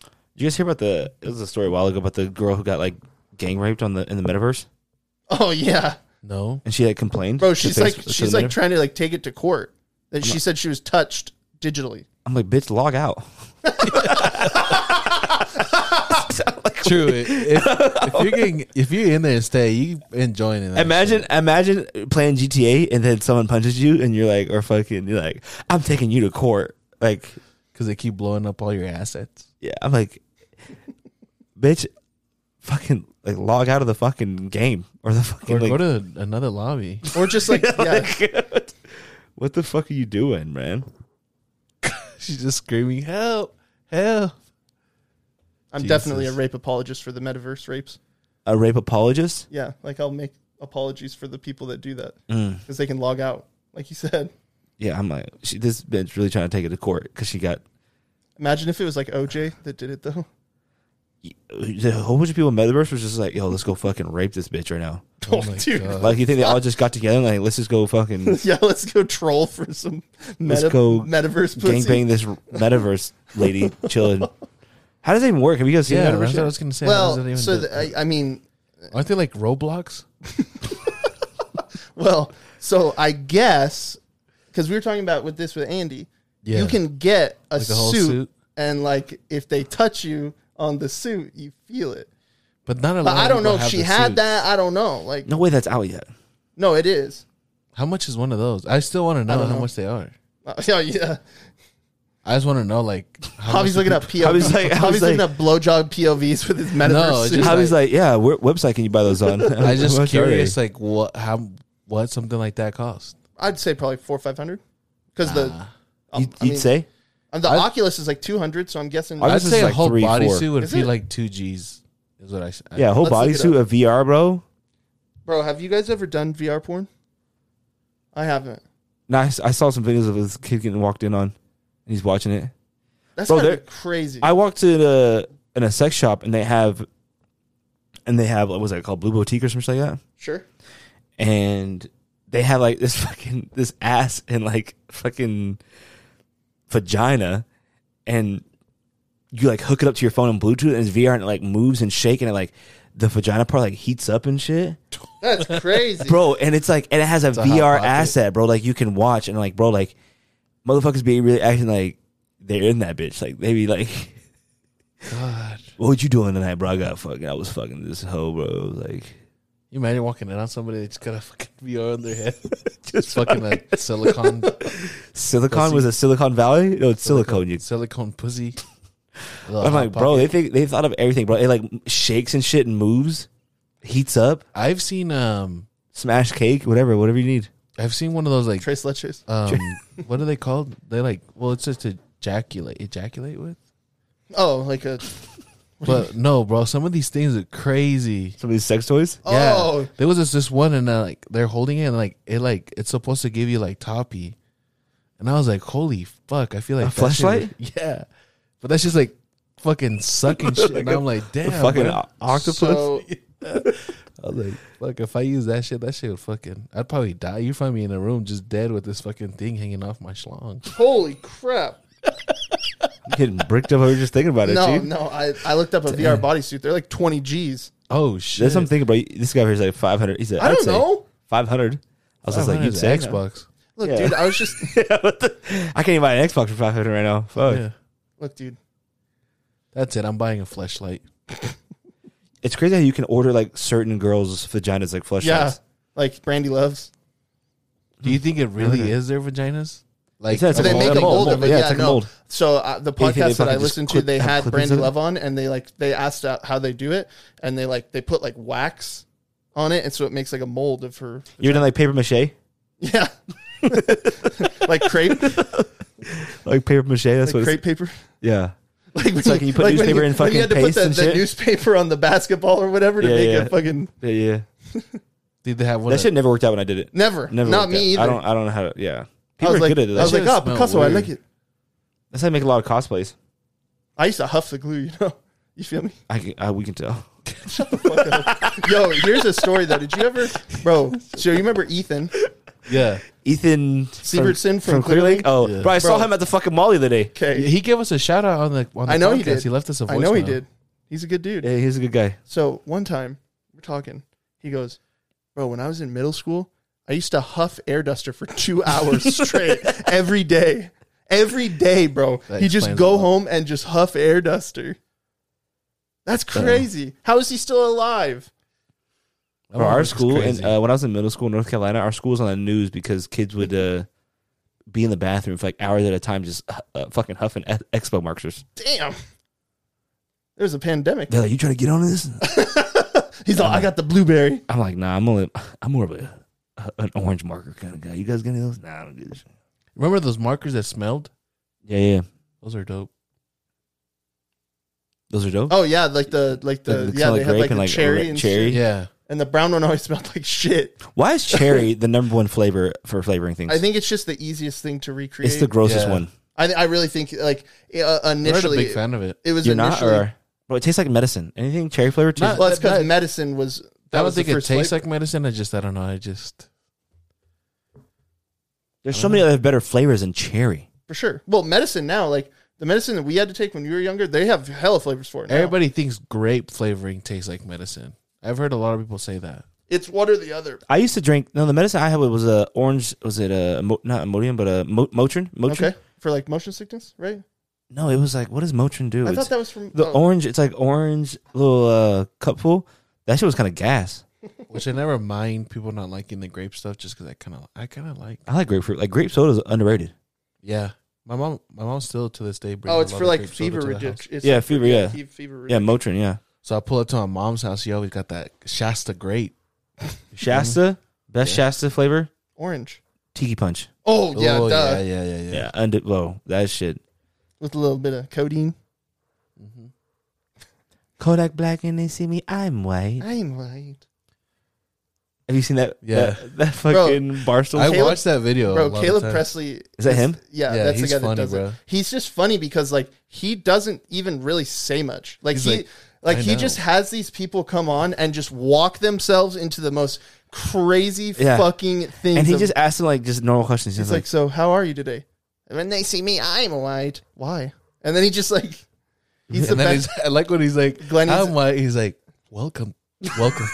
A: Did you guys hear about the? It was a story a while ago about the girl who got like gang raped on the in the metaverse,
C: Oh yeah,
B: No,
A: and she like complained.
C: bro.
A: to
C: She's
A: face-
C: like
A: to
C: she's
A: the
C: like
A: metaverse.
C: trying to like take it to court. That she said she was touched digitally.
A: I'm like, bitch, log out.
B: true. If, if you're getting, if you're in there and stay, you enjoying it.
A: Imagine, imagine playing GTA and then someone punches you, and you're like, or fucking, you're like, I'm taking you to court. Like,
B: because they keep blowing up all your assets.
A: yeah, I'm like, bitch, fucking like log out of the fucking game or the fucking
B: Or
A: like,
B: go to another lobby.
C: Or just like yeah,
A: like, what the fuck are you doing, man?
B: She's just screaming, "Help! Help!"
C: I'm
B: Jesus.
C: definitely a rape apologist for the metaverse rapes.
A: A rape apologist?
C: Yeah, like I'll make apologies for the people that do that
A: Mm.
C: because they can log out, like you said.
A: Yeah, I'm like, she, this bitch really trying to take it to court because she got
C: Imagine if it was like OJ that did it though.
A: a whole bunch of people in Metaverse was just like, yo, let's go fucking rape this bitch right now.
B: Oh my God.
A: Like, you think they all just got together and like, let's just go fucking
C: yeah, let's go troll for some meta-
A: Let's go
C: metaverse pussy.
A: gangbang this Metaverse lady chilling. How does it even work? Have you guys seen
B: Yeah,
A: Metaverse?
B: that's what I
A: yet?
B: was gonna say. How does that
C: Well,
B: even
C: so
B: do-
C: the, I, I mean,
B: aren't they like Roblox?
C: well, so I guess because we were talking about with this with Andy,
B: Yeah.
C: you can get a,
B: Like a whole
C: suit,
B: suit?
C: and like if they touch you on the suit, you feel it.
B: But not a lot.
C: But I
B: of
C: don't
B: people
C: know if
B: have
C: she
B: the
C: had
B: suits.
C: that. I don't know. Like
A: No
C: no,
A: way that's out yet.
C: it is.
B: How much is one of those? I still want to know
C: don't
B: how
C: know.
B: much they are.
C: Uh, yeah, yeah.
B: I just want to know like how much
C: Hobby's
B: the
C: looking up POVs.
B: people-
A: Hobby's like- Hobby's
C: Hobby's looking up blowjob POVs with his metaverse
B: No,
C: suit.
B: Just
A: I was like, yeah, where website can you buy those on?
B: I was just curious, like what how what something like that cost.
C: I'd say probably four five hundred because the. um,
A: You'd,
C: I
A: you'd
C: mean,
A: say?
C: um, the Oculus is like two hundred, so I'm guessing.
A: I
B: I'd
A: Ours is
B: say a
A: like
B: whole
A: three,
B: body
A: four.
B: suit would
C: Is
B: be
C: it?
B: like two G's. Is what I s- I-
A: Yeah, whole
C: Let's look it
A: bodysuit, a VR, bro.
C: Bro, have you guys ever done VR porn? I haven't.
A: Nice. I saw some videos of this kid getting walked in on. And he's watching it.
C: That's
A: Bro,
C: gotta
A: there-
C: be crazy.
A: I walked to the in a sex shop and they have, and they have what was that called, Blue Boutique or something like that.
C: sure.
A: and they had like this fucking this ass and like fucking vagina and you like hook it up to your phone and Bluetooth and it's VR and it like moves and shake and it like the vagina part like heats up and shit.
C: That's crazy.
A: Bro, and it's like and it has a
B: a hot
A: VR
B: pocket.
A: asset, bro. Like you can watch and like bro, like motherfuckers be really acting like they're in that bitch. Like they be like
B: God,
A: What you doing tonight, bro? I got fucking I was fucking this hoe, bro. It was like
B: you imagine walking in on somebody that's got a fucking VR on their head, just fucking a silicone
A: Silicon
B: Pussy.
A: was a Silicon Valley? No, it's silicone, you
B: silicone pussy.
A: I'm like, bro, they think they thought of everything, bro. It like shakes and shit and moves. heats up,
B: I've seen um
A: smash cake, whatever, whatever you need.
B: I've seen one of those like
C: Trace leches.
B: um what are they called? They like well it's just ejaculate ejaculate with?
C: Oh, like a.
B: But no, bro, some of these things are crazy.
A: Some of these sex toys.
B: Yeah.
C: Oh,
B: There was this, this one and uh, like they're holding it and like it like it's supposed to give you like toppy. And I was like, holy fuck, I feel like
A: A
B: that shit is-
A: flashlight?
B: yeah. But that's just like fucking sucking shit. and
A: a-
B: I'm like, damn.
A: The fucking
B: bro.
A: o- octopus.
C: So,
B: I was like, fuck, if I use that shit, that shit would fucking I'd probably die. You find me in a room just dead with this fucking thing hanging off my schlong.
C: holy crap.
A: I'm getting bricked up. I was just thinking about it,
C: No,
A: dude.
C: no. I, I looked up a VR bodysuit. They're like 20 G's.
B: Oh shit.
A: That's what I'm thinking, bro. This guy here is like 500. He said,
C: I
A: I'd
C: don't
A: say
C: know.
A: 500. I was just like, you'd
B: It's
A: say
B: Xbox.
C: Look,
A: Yeah.
C: dude, I was just.
A: What the- I can't even buy an Xbox for 500 right now. Fuck.
B: Yeah.
C: Look, dude.
B: That's it. I'm buying a flashlight.
A: It's crazy how you can order like certain girls' vaginas like fleshlights.
C: Yeah. Like Brandy loves.
B: Do
A: Hmm.
B: you think it really is their vaginas? Like
A: says
C: So
A: It's
C: they
A: a mold.
C: make a mold
A: Yeah,
C: of it.
A: it's
C: Yeah,
A: like a
C: no.
A: mold.
C: So uh, the
A: think they
C: podcast that I
A: fucking just
C: listened to,
A: clip-
C: they
A: have
C: had
A: clip
C: Brandy
A: into it?
C: Love on, and they like they asked out how they do it, and they like they put like wax on it, and so it makes like a mold of her.
A: You're doing like paper mache?
C: Yeah, like crepe, like
A: Like paper mache? That's what
C: crepe paper.
A: it's. Yeah.
C: Like when
A: It's like you put
C: when
A: newspaper
C: you-
A: and
C: when you
A: fucking
C: had to
A: paste
C: put the,
A: and
C: the
A: shit.
C: newspaper on the basketball or whatever to
A: Yeah,
C: make
A: yeah.
C: it fucking
A: Yeah. yeah.
B: Did they have one?
A: That
B: of-
A: shit never worked out when I did it.
C: never,
A: Never.
C: not
A: worked
C: me
A: out.
C: either.
A: I don't. I don't know how. to Yeah.
C: I
A: People
C: was
A: are
C: like,
A: good at
C: I
A: that.
C: was
A: shit.
C: like,
B: shit
C: oh,
B: smell
C: Picasso,
B: weird."
C: I like it.
A: That's how I make a lot of cosplays.
C: I used to huff the glue, you know. You feel me?
A: I, can- I we can tell.
C: Yo, here's a story though. Did you ever, bro? So you remember Ethan?
B: yeah.
A: Ethan
C: Siebertson from
A: Clear
C: Clear
A: Lake.
C: Lake?
A: Oh,
B: Yeah.
A: bro, I saw
C: Bro.
A: him at the fucking mall the other day.
C: Okay,
B: Yeah, He gave us a shout out on the on the
C: I know he
B: podcast.
C: did.
B: He left us a voicemail.
C: I know he did. He's a good dude.
A: Yeah, he's a good guy.
C: So one time we're talking, he goes, "Bro, when I was in middle school, I used to huff air duster for two hours straight every day, every day, bro.
B: That
C: he just
B: explains a
C: go
B: lot.
C: home and just huff air duster. That's crazy. How is he still alive?
B: That
A: Bro,
B: one
A: our
B: was
A: school,
B: crazy.
A: and uh, when I was in middle school in North Carolina, our school was on the news because kids would uh, be in the bathroom for like hours at a time, just uh, uh, fucking huffing e- expo markers.
C: Damn." There's a pandemic.
A: They're like, "You trying to get on this?"
C: He's all, I got the blueberry.
A: I'm like, "Nah, I'm only, I'm more of a, a- an orange marker kind of guy. You guys get any of those? Nah, I don't do this." shit."
B: remember those markers that smelled?
A: Yeah, yeah,
B: Those are dope.
A: those are dope.
C: Oh yeah, like the like the,
A: They- they
C: yeah
A: smell
C: they
A: like
C: had
A: grape
C: like
A: and
C: the
A: like
C: cherry
A: red
C: and
A: cherry.
C: cherry.
B: Yeah.
C: And the brown one always smelled like shit.
A: Why is cherry the number one flavor for flavoring things?
C: I think it's just the easiest thing to recreate.
A: it's the grossest
B: Yeah.
A: one.
C: I, I really think like uh,
B: I'm not a
C: initially
B: big fan of it.
C: it was
A: You're not,
C: initially
A: or bro, it tastes like medicine. Anything cherry flavored tastes.
B: Not-
C: well, it's because
B: that-
C: medicine was that
B: I don't
C: was
B: think
C: the
B: it
C: first
B: tastes
C: flavor.
B: like medicine. I just I don't know. I just
A: There's so many other better flavors than cherry.
C: for sure. Well, medicine now like the medicine that we had to take when we were younger, they have hella flavors for it. Now.
B: everybody thinks grape flavoring tastes like medicine. I've heard a lot of people say that.
C: it's one or the other.
A: I used to drink. No, the medicine I had was a orange. Was it a mo- not Imodium, but a mo- Motrin? Motrin.
C: Okay, for like motion sickness, right?
A: No, it was like what does Motrin do?
C: I
A: It's
C: thought that was from
A: the
C: oh,
A: orange. It's like orange little uh, cupful. That shit was kind of gas.
B: Which I never mind people not liking the grape stuff just because I kind of I kind of like.
A: I like grapefruit. Like grape soda is underrated.
B: Yeah. My mom, my mom still to this day. brings
C: oh,
B: a
C: it's
B: lot
C: for
B: of
C: like
B: grape soda
C: fever
B: to the house.
C: reduction. It's
A: yeah,
C: like-
A: fever. Yeah,
C: fe- fever
A: yeah,
C: reduction.
A: Motrin. Yeah,
B: So I pull up to my mom's house. She always got that Shasta grape.
A: Shasta, best
B: Yeah.
A: Shasta flavor,
C: orange.
A: tiki punch.
C: Oh yeah,
B: Oh,
C: duh.
B: yeah, yeah, yeah, yeah.
A: Yeah, under whoa, that shit.
C: with a little bit of codeine.
B: Mhm.
A: Kodak Black and they see me, I'm white.
C: I'm white,
A: Have you seen that?
B: Yeah.
A: that, that fucking barstool.
B: I
C: Caleb-
B: watched that video. a
C: bro.
B: lot of
C: Caleb
B: times.
C: Presley
A: Is that him?
C: Yeah,
B: Yeah,
C: that's the
B: he's
C: guy that
B: funny,
C: does
B: bro.
C: it. He's just funny because like he doesn't even really say much. Like
B: He's
C: he
B: like,
C: like,
B: "I
C: he
B: know."
C: just has these people come on and just walk themselves into the most crazy
A: Yeah.
C: fucking things.
A: and he
C: of-
A: just asked him like just normal questions. He's
C: it's like,
A: like,
C: so how are you today? And when they see me, I'm white. Why? And then he just like he's the
B: And then he's,
C: best.
B: I like what he's like.
C: Glenn, he's-
B: I'm white. He's like, welcome, welcome,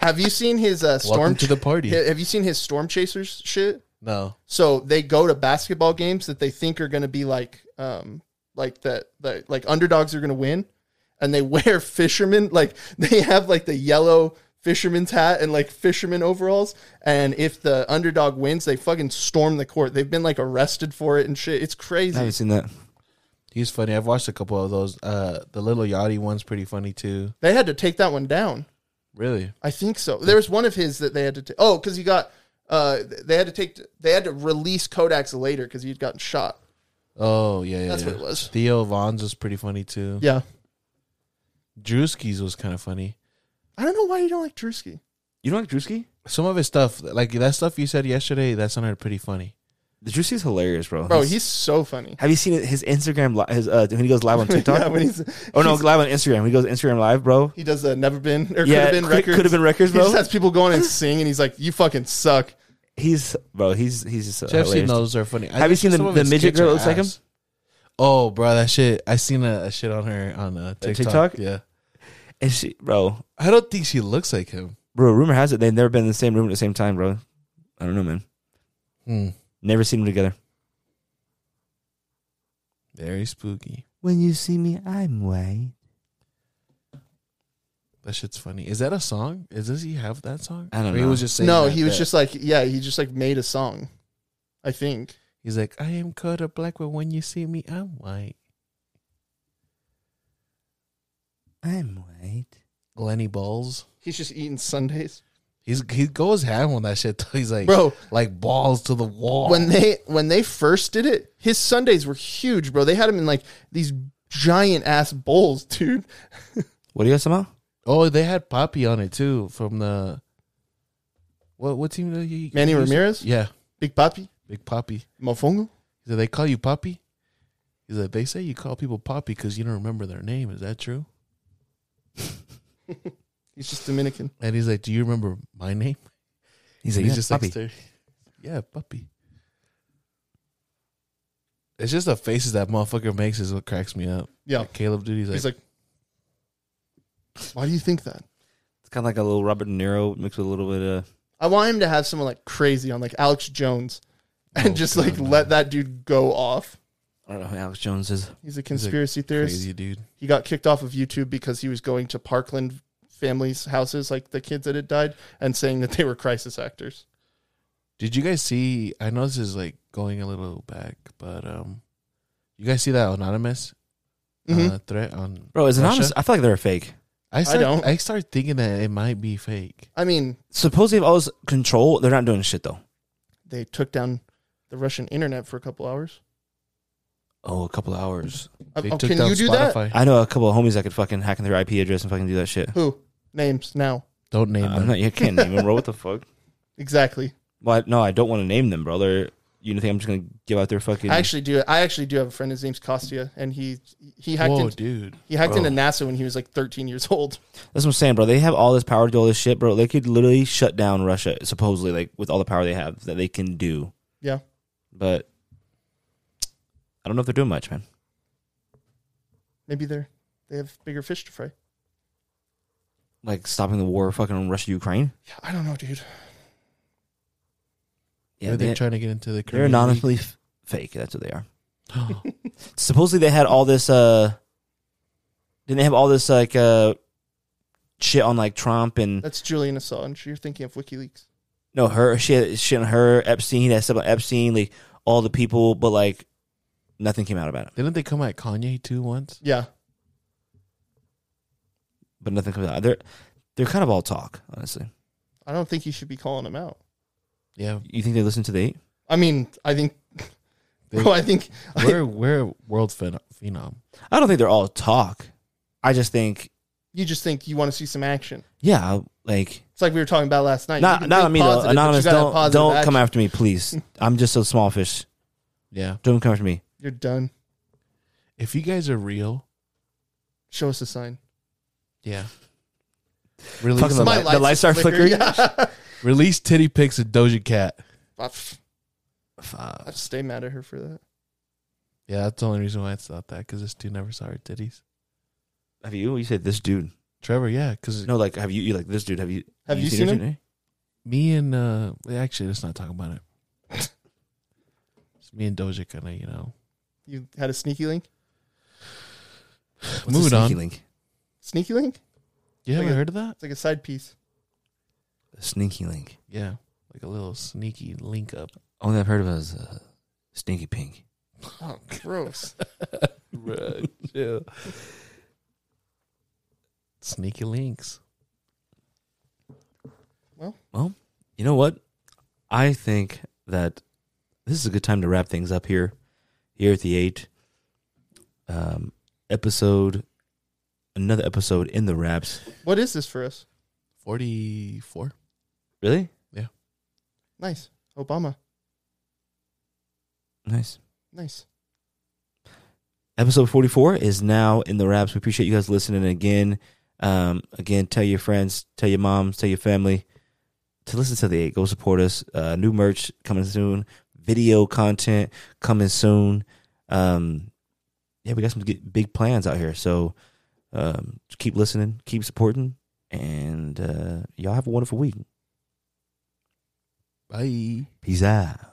C: Have you seen his uh, storm?
B: welcome to the party.
C: ch- have you seen his storm chasers shit?
B: No,
C: So they go to basketball games that they think are going to be like, um, like that, that like underdogs are going to win, and they wear fishermen like they have like the yellow fisherman's hat and like fisherman overalls. And if the underdog wins, they fucking storm the court. They've been like arrested for it and shit. It's
A: I haven't
C: crazy.
A: seen that.
B: he's funny. I've watched a couple of those. Uh, the little Yachty one's pretty funny too.
C: They had to take that one down.
B: Really?
C: I think so. There was one of his that they had to take. Oh, because he got. Uh, they had to take. They had to release Kodak's later because he'd gotten shot.
B: Oh yeah, yeah.
C: That's
B: yeah.
C: what it was.
B: Theo Vaughn's was pretty funny too.
C: Yeah.
B: Drewski's was kind of funny.
C: I don't know why you don't like Drewski.
A: You don't like Drewski?
B: Some of his stuff, like that stuff you said yesterday, that sounded pretty funny.
A: The Drewski's hilarious, bro.
C: Bro,
A: He's-
C: he's so funny.
A: have you seen his Instagram? Li- his uh, when he goes live on TikTok.
C: Yeah, when he's,
A: oh no,
C: he's-
A: live on Instagram. When he goes Instagram live, bro.
C: he does the never been or
A: yeah,
C: could have been
A: could,
C: records.
A: could have been records,
C: He
A: bro.
C: just has people going and sing, and he's like, "You fucking suck."
A: he's bro. He's he's just uh,
B: So I've seen
A: hilarious.
B: those are funny. I
A: Have you
B: think
A: seen the-
B: some of
A: the
B: his
A: midget
B: skits
A: girl
B: are
A: that looks like him?
B: ass. Oh, bro, that shit. I seen a, a shit on her on uh, TikTok.
A: TikTok?
B: Yeah,
A: And she, bro,
B: I don't think she looks like him.
A: bro. Rumor has it they've never been in the same room at the same time, bro. I don't know, man.
B: Hmm.
A: Never seen them together.
B: Very spooky.
A: When you see me, I'm white.
B: That shit's funny. Is that a song? Is does he have that song?
A: I don't
B: Or He
A: know.
B: was just saying
C: no,
B: that-
C: he was
B: that-
C: just like, yeah, he just like made a song. I think.
B: He's like, I am color black, but when you see me, I'm white.
A: I'm white.
B: Glenny Balls.
C: He's just eating Sundays.
B: He's he goes ham on that shit. Though. He's like,
C: Bro.
B: like balls to the wall.
C: When they when they first did it, his Sundays were huge, bro. They had him in like these giant ass bowls, dude.
A: What do you guys talking about?
B: oh, they had Poppy on it too from the. What what team did he?
C: Manny
B: he-
C: Ramirez?
B: Yeah,
C: Big Papi,
B: Big Poppy.
C: Mofongo.
B: He said, they call you Poppy? He said, they say you call people Poppy because you don't remember their name. Is that true?
C: He's just Dominican.
B: And he's like, do you remember my name?
A: He's
B: And
A: like,
B: he's
A: yeah,
B: just
A: puppy.
B: like, "Sir." yeah, Poppy. It's just the faces that motherfucker makes is what cracks me up.
C: Yeah.
B: Like Caleb, dude, he's like,
C: He's like, why do you think that?
A: it's kind of like a little Robert De Niro mixed with a little bit of.
C: I want him to have someone like crazy on like Alex Jones, and
B: Oh,
C: just
B: God,
C: like
B: no.
C: let that dude go off.
A: I don't know who Alex Jones is.
C: He's a conspiracy theorist.
B: crazy dude.
C: he got kicked off of YouTube because he was going to Parkland families' houses, like the kids that had died, and saying that they were crisis actors.
B: Did you guys see? I know this is like going a little back, but um, you guys see that anonymous
C: Mhm.
B: uh, threat on?
A: Bro, is it
B: Russia?
A: honest? I feel like they're fake.
B: I start, I
C: don't.
B: start thinking that it might be fake.
C: I mean,
A: Suppose they have all this control. They're not doing shit though.
C: they took down the Russian internet for a couple hours.
A: Oh, a couple hours.
C: Uh,
B: They
C: oh,
B: took
C: can
B: down
C: you do that?
B: Spotify.
A: I know a couple of homies that could fucking hack into their IP address and fucking do that shit.
C: Who names now?
B: Don't name
A: I'm
B: them.
A: not. You can't name them, bro. What the fuck?
C: Exactly.
A: Well, I- no, I don't want to name them, bro. They're, you think I'm just gonna give out their fucking?
C: I actually do. I actually do have a friend. His name's Kostya, and he he hacked
B: Whoa,
C: in,
B: dude.
C: he hacked
A: Bro.
C: into NASA when he was like 13 years old.
A: That's what I'm saying, bro. They have all this power to do all this shit, bro. They could literally shut down Russia, supposedly, like with all the power they have that they can do.
C: Yeah.
A: But I don't know if they're doing much, man.
C: Maybe they're they have bigger fish to fry.
A: Like stopping the war, fucking Russia Ukraine.
C: Yeah, I don't know, dude.
A: Yeah,
B: Are they
A: they,
B: trying to get into the
A: they're
B: Korean
A: anonymously f- fake. That's what they are. supposedly they had all this uh didn't they have all this like uh shit on like Trump and
C: That's Julian Assange. You're thinking of WikiLeaks.
A: no her shit shit on her Epstein that stuff on Epstein like all the people but like nothing came out about it
B: Didn't they come at Kanye too once?
C: Yeah,
A: but nothing comes out they're they're kind of all talk honestly
C: I don't think you should be calling him out.
B: Yeah.
A: you think they listen to the eight
C: I mean, I think,
B: They-
C: bro, I think
B: We're we're a world phen- phenom.
A: I don't think they're all talk I just think
C: you just think you want to see some action.
A: yeah like
C: It's like we were talking about last night. You
A: not
C: can
A: not
C: think
A: on me though
C: positive, but you
A: uh, anonymous
C: gotta have
A: don't don't
C: positive
A: come
C: action.
A: after me please I'm just a small fish
B: Yeah.
A: don't come after me
C: You're done.
B: If you guys are real,
C: Show us a sign.
B: yeah. Release,
A: Fucking The
C: My
A: light- the lights are
C: flicker-
A: flickering.
C: Yeah.
B: release titty pics of Doja Cat.
C: I pff,
A: Fuck.
C: I'd stay mad at her for that.
B: Yeah, that's the only reason why it's not that because this dude never saw her titties.
A: have you you said this dude
B: Trevor, yeah, because
A: no like have you you like this dude have you
C: Have you seen
A: her
C: him?
A: titty?
B: me and uh, well, actually, let's not talk about it. It's me and Doja kind of, you know,
C: You had a sneaky link.
A: What's
B: moving
A: a
B: on.
A: sneaky link?
C: Sneaky link.
B: You haven't
C: Like a-
B: heard of that?
C: It's like a side piece.
A: A sneaky link.
B: Yeah, like a little sneaky link up.
A: Only I've heard of is uh, Stinky Pink.
C: Oh, gross.
B: Right, yeah. Sneaky links.
C: Well.
A: well, you know what? I think that this is a good time to wrap things up here, here at the eight. Um, episode, another episode in the wraps.
C: What is this for us?
B: 44.
A: Really
C: Nice. Obama.
A: nice.
C: Nice.
A: Episode forty-four is now in the wraps. We appreciate you guys listening again. Um, again, tell your friends, tell your moms, tell your family to listen to the eight. Go support us. Uh, new merch coming soon. Video content coming soon. Um, yeah, we got some good- big plans out here. So um, just keep listening, keep supporting, and uh, y'all have a wonderful week.
B: Bye.
A: Peace out.